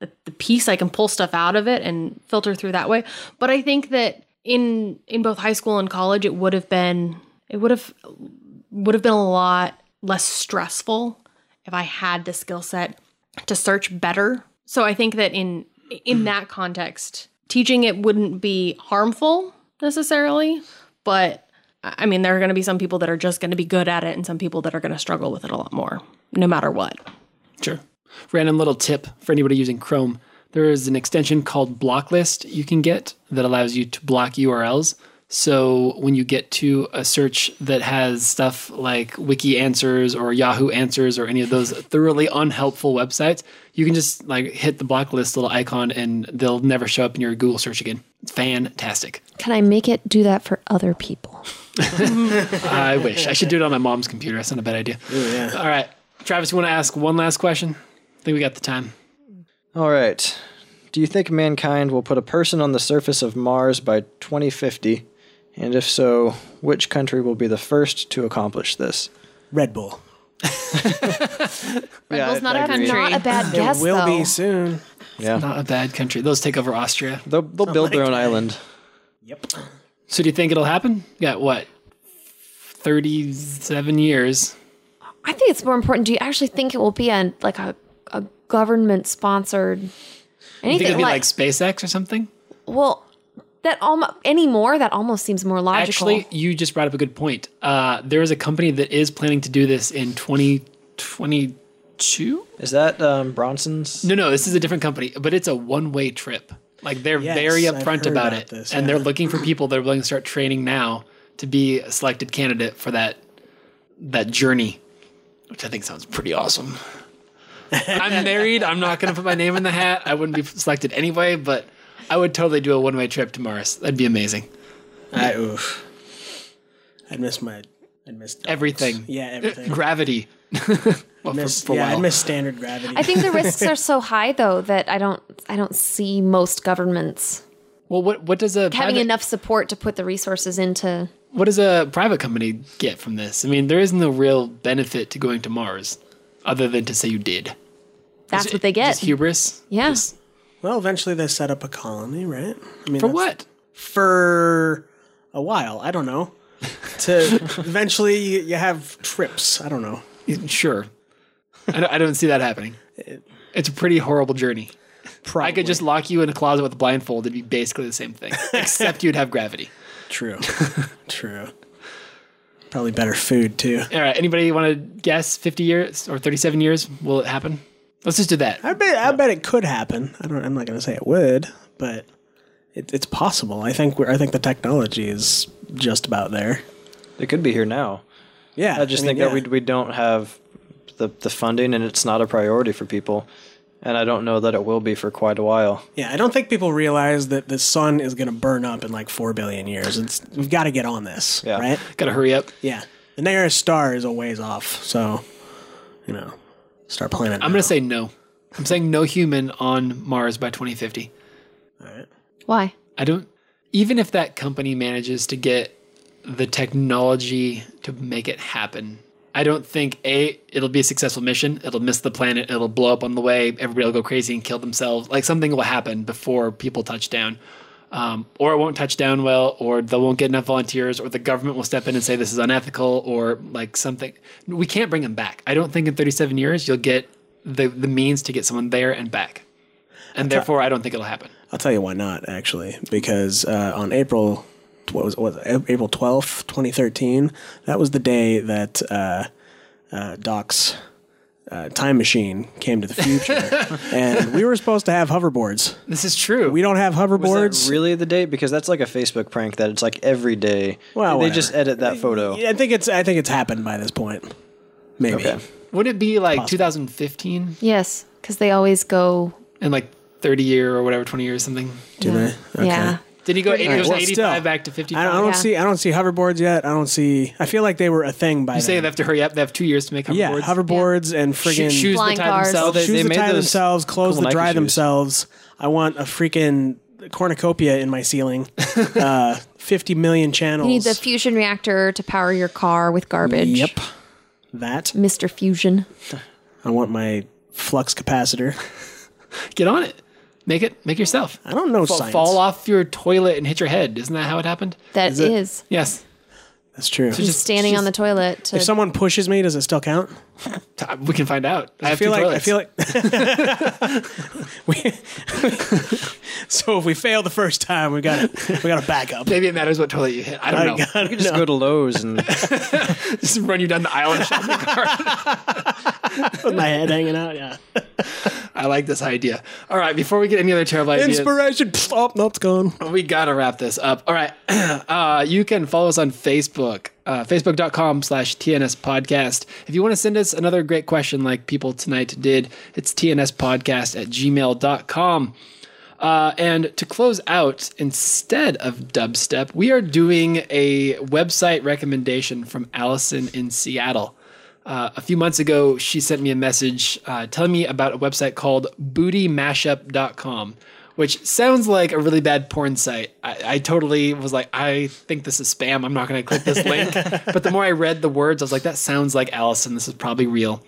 Speaker 5: the, the piece, I can pull stuff out of it and filter through that way. But I think that in in both high school and college, it would have been it would have would have been a lot less stressful if I had the skill set to search better. So I think that in in that context, teaching it wouldn't be harmful necessarily, but I I mean there are going to be some people that are just going to be good at it and some people that are going to struggle with it a lot more no matter what.
Speaker 1: Sure. Random little tip for anybody using Chrome. There is an extension called Blocklist you can get that allows you to block URLs. So when you get to a search that has stuff like Wiki Answers or Yahoo Answers or any of those thoroughly unhelpful websites, you can just like hit the blocklist little icon and they'll never show up in your Google search again. It's fantastic.
Speaker 4: Can I make it do that for other people?
Speaker 1: I wish. I should do it on my mom's computer. That's not a bad idea. All right. Travis, you want to ask one last question? I think we got the time.
Speaker 3: All right. Do you think mankind will put a person on the surface of Mars by 2050? And if so, which country will be the first to accomplish this?
Speaker 2: Red Bull.
Speaker 3: yeah,
Speaker 5: Bull's not a country.
Speaker 3: agree.
Speaker 4: Not a bad guess,
Speaker 2: will
Speaker 4: though.
Speaker 2: be soon.
Speaker 3: Yeah.
Speaker 1: Not a bad country. Those take over Austria.
Speaker 3: They'll, they'll build their own island.
Speaker 2: Yep.
Speaker 1: So do you think it'll happen? You got what? 37 years.
Speaker 4: I think it's more important. Do you actually think it will be a like a, a government sponsored
Speaker 1: You think
Speaker 4: anything
Speaker 1: it'll be
Speaker 4: like,
Speaker 1: like SpaceX or something?
Speaker 4: well That almost anymore. That almost seems more logical.
Speaker 1: Actually, you just brought up a good point. Uh, there is a company that is planning to do this in 2022.
Speaker 3: Is that um, Bronson's?
Speaker 1: No, no, this is a different company, but it's a one-way trip. Like they're
Speaker 2: Yes,
Speaker 1: very
Speaker 2: I've
Speaker 1: upfront
Speaker 2: heard
Speaker 1: about,
Speaker 2: about
Speaker 1: it,
Speaker 2: this,
Speaker 1: and
Speaker 2: yeah.
Speaker 1: they're looking for people that are willing to start training now to be a selected candidate for that that journey, which I think sounds pretty awesome. I'm married. I'm not going to put my name in the hat. I wouldn't be selected anyway, but I would totally do a one-way trip to Mars. That'd be amazing.
Speaker 2: I oof. I'd miss my. I'd miss dogs.
Speaker 1: Everything.
Speaker 2: Yeah, everything.
Speaker 1: Gravity. well,
Speaker 2: miss,
Speaker 1: for, for a
Speaker 2: yeah,
Speaker 1: while.
Speaker 2: I'd miss standard gravity.
Speaker 4: I think the risks are so high though that I don't. I don't see most governments
Speaker 1: well, what what does a
Speaker 4: having
Speaker 1: private-
Speaker 4: enough support to put the resources into.
Speaker 1: what does a private company get from this? I mean, there is no real benefit to going to Mars, other than to say you did.
Speaker 4: That's what they get.
Speaker 1: Just hubris.
Speaker 4: Yeah.
Speaker 1: Just-
Speaker 2: well, eventually they set up a colony, right? I mean,
Speaker 1: for
Speaker 2: that's-
Speaker 1: what?
Speaker 2: For a while, I don't know. To eventually, you, you have trips. I don't know.
Speaker 1: Sure. I don't, I don't see that happening. It's a pretty horrible journey.
Speaker 2: Probably
Speaker 1: I could just lock you in a closet with a blindfold. It'd be basically the same thing, except you'd have gravity.
Speaker 2: true, true. Probably better food too.
Speaker 1: All right. Anybody want to guess 50 years or 37 years? Will it happen? Let's just do that.
Speaker 2: I bet. I bet it could happen. I don't. I'm not going to say it would, but it, it's possible. I think. We're, I think the technology is just about there.
Speaker 3: They could be here now.
Speaker 2: Yeah.
Speaker 3: I just
Speaker 2: mean,
Speaker 3: think that
Speaker 2: yeah.
Speaker 3: we we don't have the the funding, and it's not a priority for people. And I don't know that it will be for quite a while.
Speaker 2: Yeah, I don't think people realize that the sun is going to burn up in like four billion years. It's, we've got to get on this,
Speaker 3: Yeah.
Speaker 2: right?
Speaker 1: Gotta hurry up.
Speaker 2: Yeah, the nearest star is a ways off, so you know, start planning.
Speaker 1: I'm gonna say no. I'm saying no human on Mars by 2050.
Speaker 4: Why?
Speaker 1: I don't. Even if that company manages to get the technology to make it happen, I don't think a it'll be a successful mission. It'll miss the planet. It'll blow up on the way. Everybody will go crazy and kill themselves. Like something will happen before people touch down. Um, or it won't touch down well, or they won't get enough volunteers, or the government will step in and say this is unethical, or like something. We can't bring them back. I don't think in 37 years you'll get the, the means to get someone there and back. And therefore, I don't think it'll happen.
Speaker 2: I'll tell you why not actually, because uh, on April what was what was it? April twelfth, twenty thirteen, that was the day that uh, uh, Doc's uh, time machine came to the future, and we were supposed to have hoverboards.
Speaker 1: This is true.
Speaker 2: We don't have hoverboards.
Speaker 3: Is that really the date? Because that's like a Facebook prank that it's like every day.
Speaker 2: Well,
Speaker 3: they
Speaker 2: whatever.
Speaker 3: just edit that photo.
Speaker 2: Yeah, I think it's I think it's happened by this point. Maybe.
Speaker 3: Okay.
Speaker 1: Would it be like 2015
Speaker 4: Yes, because they always go.
Speaker 1: and like 30 year or whatever, 20 years or something?
Speaker 2: Do
Speaker 4: yeah.
Speaker 2: they? Okay.
Speaker 4: Yeah.
Speaker 1: Did he go? It was
Speaker 2: Well,
Speaker 1: 85
Speaker 2: still,
Speaker 1: back to
Speaker 2: I
Speaker 1: 55.
Speaker 2: don't, I don't
Speaker 4: Yeah.
Speaker 2: see I don't see hoverboards yet. I don't see I feel like they were a thing by
Speaker 1: you say
Speaker 2: then.
Speaker 1: they have to hurry up. They have two years to make hoverboards.
Speaker 2: yeah, hoverboards and
Speaker 1: Sho-
Speaker 2: friggin'
Speaker 1: shoes that
Speaker 4: Flying
Speaker 1: tie
Speaker 4: cars.
Speaker 1: themselves.
Speaker 3: They-
Speaker 2: shoes
Speaker 3: they
Speaker 2: that
Speaker 3: made
Speaker 2: tie
Speaker 3: those
Speaker 2: themselves, clothes
Speaker 3: cool
Speaker 2: that
Speaker 3: Nike
Speaker 2: dry
Speaker 3: shoes.
Speaker 2: themselves. I want a freaking cornucopia in my ceiling. uh, 50 million channels.
Speaker 4: You need the fusion reactor to power your car with garbage.
Speaker 2: Yep. That.
Speaker 4: Mr. Fusion.
Speaker 2: I want my flux capacitor.
Speaker 1: Get on it. Make it. Make yourself.
Speaker 2: I don't know
Speaker 1: Fa-
Speaker 2: science.
Speaker 1: Fall off your toilet and hit your head. Isn't that how it happened?
Speaker 4: That
Speaker 2: Is
Speaker 4: is.
Speaker 2: it-
Speaker 1: Yes.
Speaker 2: That's true.
Speaker 1: just-
Speaker 4: standing on the toilet to
Speaker 2: if someone pushes me, does it still count?
Speaker 1: T- We can find out. I,
Speaker 2: I
Speaker 1: have
Speaker 2: feel
Speaker 1: two
Speaker 2: like I
Speaker 1: toilets.
Speaker 2: feel like we, So if we fail the first time, we got to we got to back up.
Speaker 1: Maybe it matters what toilet you hit. I don't know.
Speaker 2: gotta
Speaker 3: Just
Speaker 2: know.
Speaker 3: go to Lowe's and
Speaker 1: Just run you down the aisle and shove your car.
Speaker 2: with my head hanging out. Yeah.
Speaker 1: I like this idea. All right. Before we get any other terrible ideas,
Speaker 2: Inspiration. Pfft, Oh, no, it's gone.
Speaker 1: we gotta wrap this up all right uh, you can follow us on facebook uh, facebook.com slash tns podcast if you want to send us another great question like people tonight did it's tns podcast at gmail.com uh, and to close out instead of dubstep we are doing a website recommendation from allison in seattle uh, a few months ago, she sent me a message uh, telling me about a website called bootymashup.com, which sounds like a really bad porn site. I, I totally was like, I think this is spam. I'm not going to click this link. but the more I read the words, I was like, that sounds like Allison. This is probably real.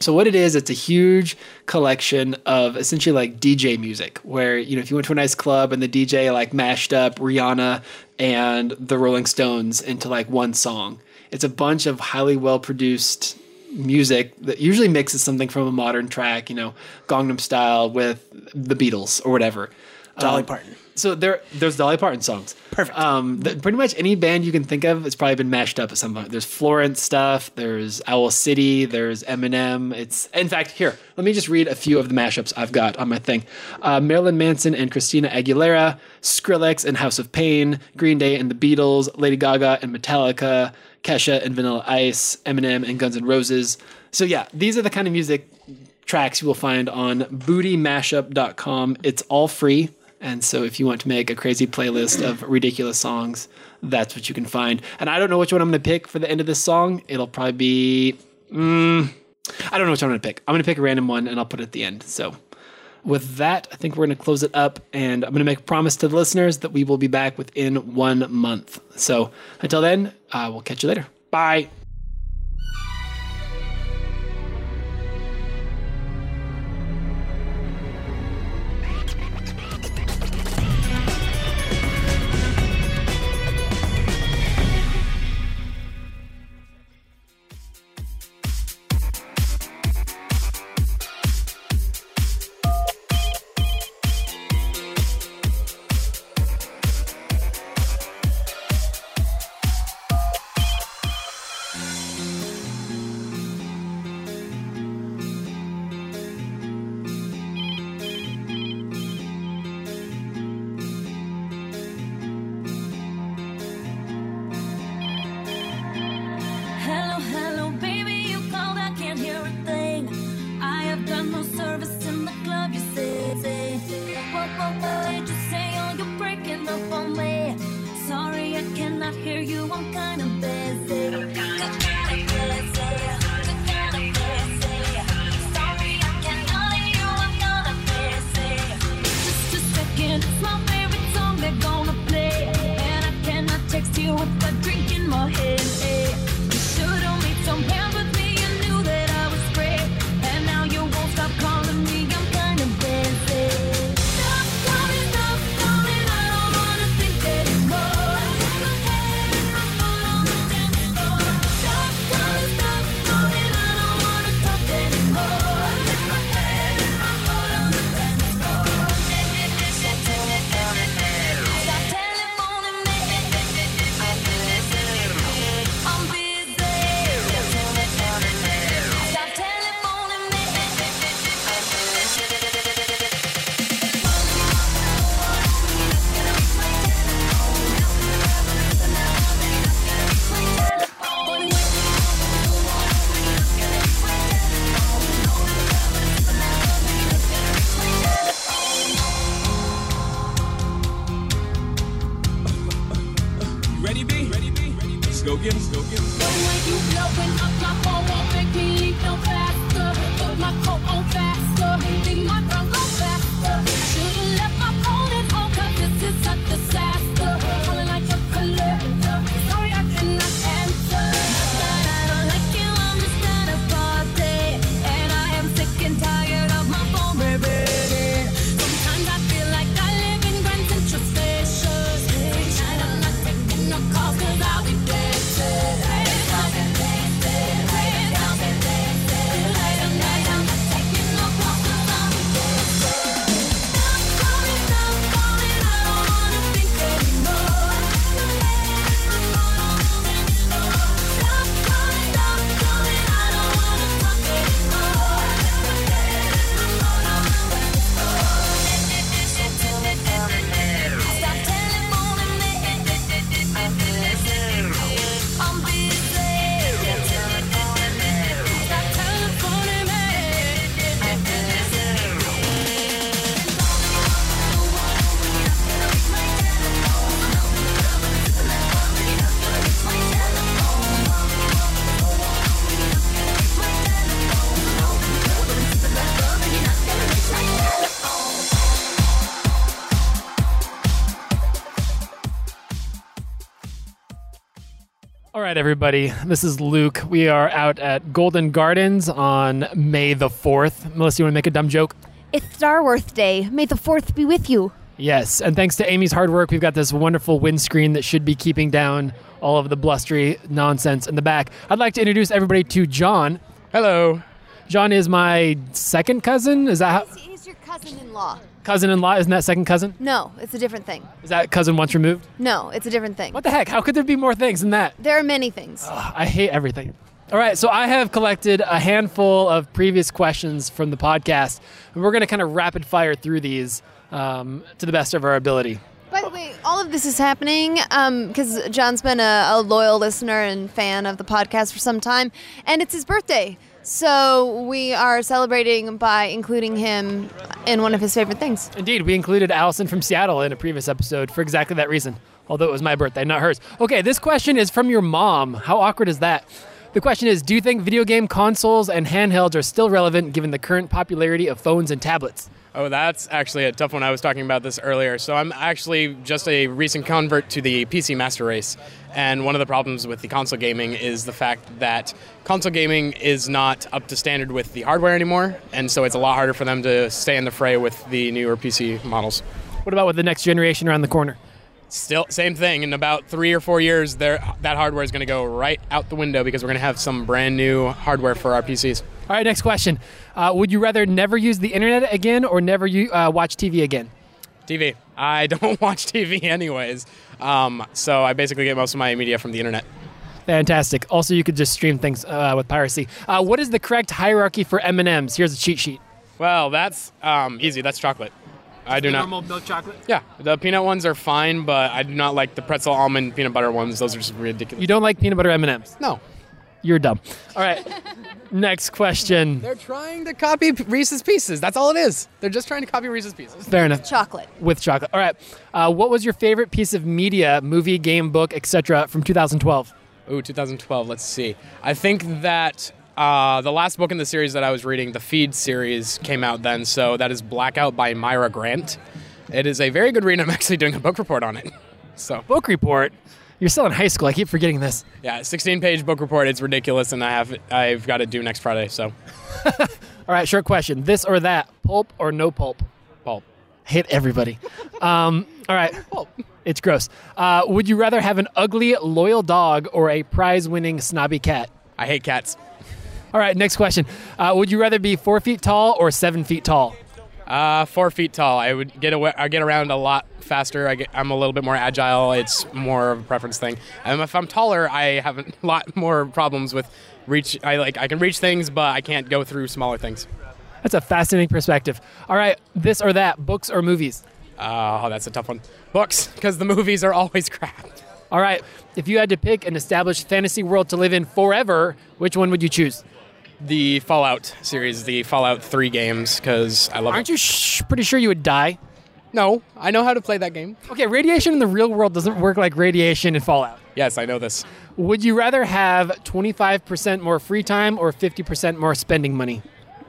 Speaker 1: So what it is, it's a huge collection of essentially like DJ music, where you know if you went to a nice club and the DJ like mashed up Rihanna and the Rolling Stones into like one song. It's a bunch of highly well produced music that usually mixes something from a modern track, you know, Gangnam Style with the Beatles or whatever.
Speaker 2: Dolly Parton.
Speaker 1: So there, there's Dolly Parton songs.
Speaker 2: Perfect.
Speaker 1: Um, th- pretty much any band you can think of, it's probably been mashed up at some point. There's Florence stuff. There's Owl City. There's Eminem. It's in fact here. Let me just read a few of the mashups I've got on my thing. Uh, Marilyn Manson and Christina Aguilera, Skrillex and House of Pain, Green Day and the Beatles, Lady Gaga and Metallica, Kesha and Vanilla Ice, Eminem and Guns N' Roses. So yeah, these are the kind of music tracks you will find on bootymashup.com. It's all free. And so if you want to make a crazy playlist of ridiculous songs, that's what you can find. And I don't know which one I'm going to pick for the end of this song. It'll probably be. Mm, I don't know which one I'm going to pick. I'm going to pick a random one and I'll put it at the end. So with that, I think we're going to close it up. And I'm going to make a promise to the listeners that we will be back within one month. So until then, uh, we'll catch you later. Bye.
Speaker 8: Hello, hello, baby, you called, I can't hear a thing. I have done no service in the club, you say. say. What, what, what did you say? Oh, you're breaking up on me. Sorry, I cannot hear you, I'm kinda busy. Sorry, I cannot hear you, I'm kinda busy. Just a second, it's my favorite song they're gonna play. And I cannot text you with a drink in my head. eh. You should've made some plans with me, you knew that I was free. And now you won't stop calling me, I'm kinda busy. Stop calling, stop calling, I don't wanna think that anymore. My head and my foot on the dance floor. Stop calling, stop calling, I don't wanna talk anymore. My head and my foot on the dance floor. Stop telephoning me. I'm busy. Stop telephoning me.
Speaker 9: Ready, B? Ready, B? Let's go get 'em, Let's go get 'em.
Speaker 8: Don't make you blowing up my phone won't make me leave no faster. Put my coat on faster, leave my brown go faster. Should've left my phone at home 'cause this is a disaster. Calling like a collector, sorry I cannot answer. But I don't like you, I'm just at a party, and I am sick and tired of my phone ringing. Sometimes I feel like I live in Grand Central Station. Tonight I'm not taking no calls 'cause I'll be dancing. I'll be dancing. I'll be dancing. Tonight I'm not taking no calls 'cause I'll be dancing. Stop calling, stop calling. I don't wanna think anymore. Stop calling, stop calling. I don't wanna talk anymore. Stop telephoning me. I'm busy. Stop telephoning
Speaker 1: All right, everybody. This is Luke. We are out at Golden Gardens on May the 4th. Melissa, you want to make a dumb joke?
Speaker 4: It's Starworth Day. May the 4th be with you.
Speaker 1: Yes, and thanks to Amy's hard work, we've got this wonderful windscreen that should be keeping down all of the blustery nonsense in the back. I'd like to introduce everybody to John. Hello. John is my second cousin. Is that how?
Speaker 4: He's your cousin. cousin-in-law.
Speaker 1: Cousin in law, isn't that second cousin?
Speaker 4: No, it's a different thing.
Speaker 1: Is that cousin once removed?
Speaker 4: No, it's a different thing.
Speaker 1: What the heck? How could there be more things than that?
Speaker 4: There are many things.
Speaker 1: I hate everything. All right, so I have collected a handful of previous questions from the podcast, and we're going to kind of rapid fire through these um, to the best of our ability.
Speaker 4: By the way, all of this is happening because John's been a, a loyal listener and fan of the podcast for some time, and it's his birthday. So we are celebrating by including him in one of his favorite things.
Speaker 1: Indeed, we included Allison from Seattle in a previous episode for exactly that reason, although it was my birthday, not hers. Okay, this question is from your mom. How awkward is that? The question is Do you think video game consoles and handhelds are still relevant given the current popularity of phones and tablets?
Speaker 8: Oh, that's actually a tough one. I was talking about this earlier. So I'm actually just a recent convert to the PC Master Race, and one of the problems with the console gaming is the fact that console gaming is not up to standard with the hardware anymore, and so it's a lot harder for them to stay in the fray with the newer PC models.
Speaker 1: What about with the next generation around the corner?
Speaker 8: Still, same thing. In about three or four years, there that hardware is going to go right out the window because we're going to have some brand new hardware for our PCs.
Speaker 1: All right, next question. Uh, would you rather never use the internet again or never u- uh, watch TV again?
Speaker 8: TV. I don't watch TV anyways, um, so I basically get most of my media from the internet.
Speaker 1: Fantastic. Also, you could just stream things uh, with piracy. Uh, what is the correct hierarchy for M and M's? Here's a cheat sheet.
Speaker 8: Well, that's um, easy. That's chocolate. I do not.
Speaker 1: milk chocolate.
Speaker 8: Yeah, the peanut ones are fine, but I do not like the pretzel almond peanut butter ones. Those are just ridiculous.
Speaker 1: You don't like peanut butter M and M's.
Speaker 8: no.
Speaker 1: You're dumb. All right. next question.
Speaker 8: They're trying to copy P- Reese's Pieces. That's all it is. They're just trying to copy Reese's Pieces.
Speaker 1: Fair enough.
Speaker 4: Chocolate.
Speaker 1: with chocolate. All right. Uh, what was your favorite piece of media, movie, game, book, etc. from 2012?
Speaker 8: Ooh, 2012. Let's see. I think that uh, the last book in the series that I was reading, the Feed series, came out then. So that is Blackout by Myra Grant. It is a very good read. I'm actually doing a book report on it. So
Speaker 1: Book report. You're still in high school. I keep forgetting this.
Speaker 8: yeah, 16 page book report. It's ridiculous, and I have I've got it due next Friday. So
Speaker 1: All right. Short question. This or that? Pulp or no pulp?
Speaker 8: pulp.
Speaker 1: Hate everybody. Um, all right. It's gross. Uh, would you rather have an ugly, loyal dog or a prize-winning snobby cat?
Speaker 8: I hate cats.
Speaker 1: All right. Next question. Uh, would you rather be four feet tall or seven feet tall?
Speaker 8: Uh, four feet tall. I would get away. I get around a lot faster. I get, I'm a little bit more agile. It's more of a preference thing. Um, if I'm taller, I have a lot more problems with reach. I like I can reach things, but I can't go through smaller things.
Speaker 1: That's a fascinating perspective. All right. This or that? Books or movies?
Speaker 8: Oh, that's a tough one. Books, because the movies are always crap.
Speaker 1: All right. If you had to pick an established fantasy world to live in forever, which one would you choose?
Speaker 8: The Fallout series, the Fallout Three games, because I love.
Speaker 1: Aren't
Speaker 8: it.
Speaker 1: you sh- pretty sure you would die?
Speaker 8: No, I know how to play that game.
Speaker 1: Okay, radiation in the real world doesn't work like radiation in Fallout.
Speaker 8: Yes, I know this.
Speaker 1: Would you rather have 25% more free time or 50% more spending money?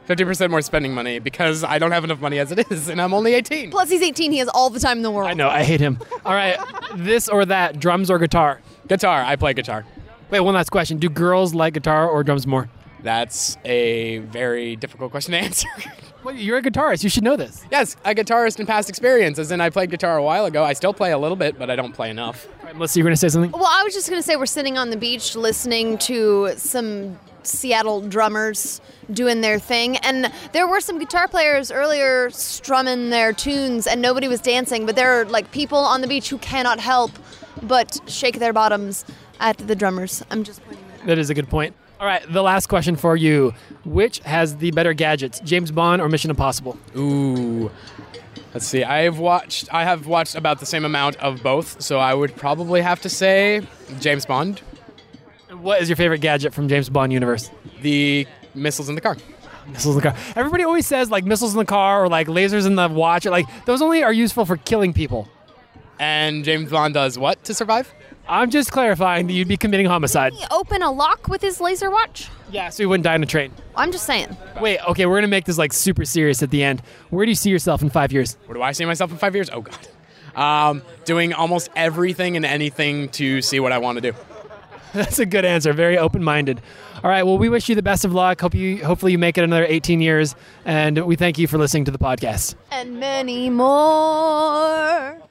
Speaker 8: 50% more spending money because I don't have enough money as it is, and I'm only 18.
Speaker 4: Plus, he's 18. He has all the time in the world.
Speaker 1: I know, I hate him. All right, this or that, drums or guitar?
Speaker 8: Guitar, I play guitar.
Speaker 1: Wait, one last question. Do girls like guitar or drums more?
Speaker 8: That's a very difficult question to answer.
Speaker 1: Well, you're a guitarist. You should know this.
Speaker 8: yes, a guitarist in past experience, as in I played guitar a while ago. I still play a little bit, but I don't play enough.
Speaker 1: All right, Melissa, you were going to say something?
Speaker 4: Well, I was just going to say we're sitting on the beach listening to some Seattle drummers doing their thing. And there were some guitar players earlier strumming their tunes and nobody was dancing, but there are like people on the beach who cannot help but shake their bottoms at the drummers. I'm just pointing that out.
Speaker 1: That is a good point. All right, the last question for you. Which has the better gadgets, James Bond or Mission Impossible?
Speaker 8: Ooh. Let's see. I've watched I have watched about the same amount of both, so I would probably have to say James Bond,
Speaker 1: What is your favorite gadget from James Bond universe?
Speaker 8: the missiles in the car.
Speaker 1: Missiles in the car. Everybody always says like missiles in the car or like lasers in the watch. Or, like those only are useful for killing people.
Speaker 8: And James Bond does what to survive?
Speaker 1: I'm just clarifying that you'd be committing homicide.
Speaker 4: He open a lock with his laser watch?
Speaker 1: Yeah, so you wouldn't die in a train.
Speaker 4: I'm just saying.
Speaker 1: Wait, okay, we're gonna make this like super serious at the end. Where do you see yourself in five years?
Speaker 8: Where do I see myself in 5 years? Oh god. Um, doing almost everything and anything to see what I want to do.
Speaker 1: That's a good answer. Very open-minded. All right. Well, we wish you the best of luck. Hope you, hopefully, you make it another 18 years. And we thank you for listening to the podcast.
Speaker 4: And many more.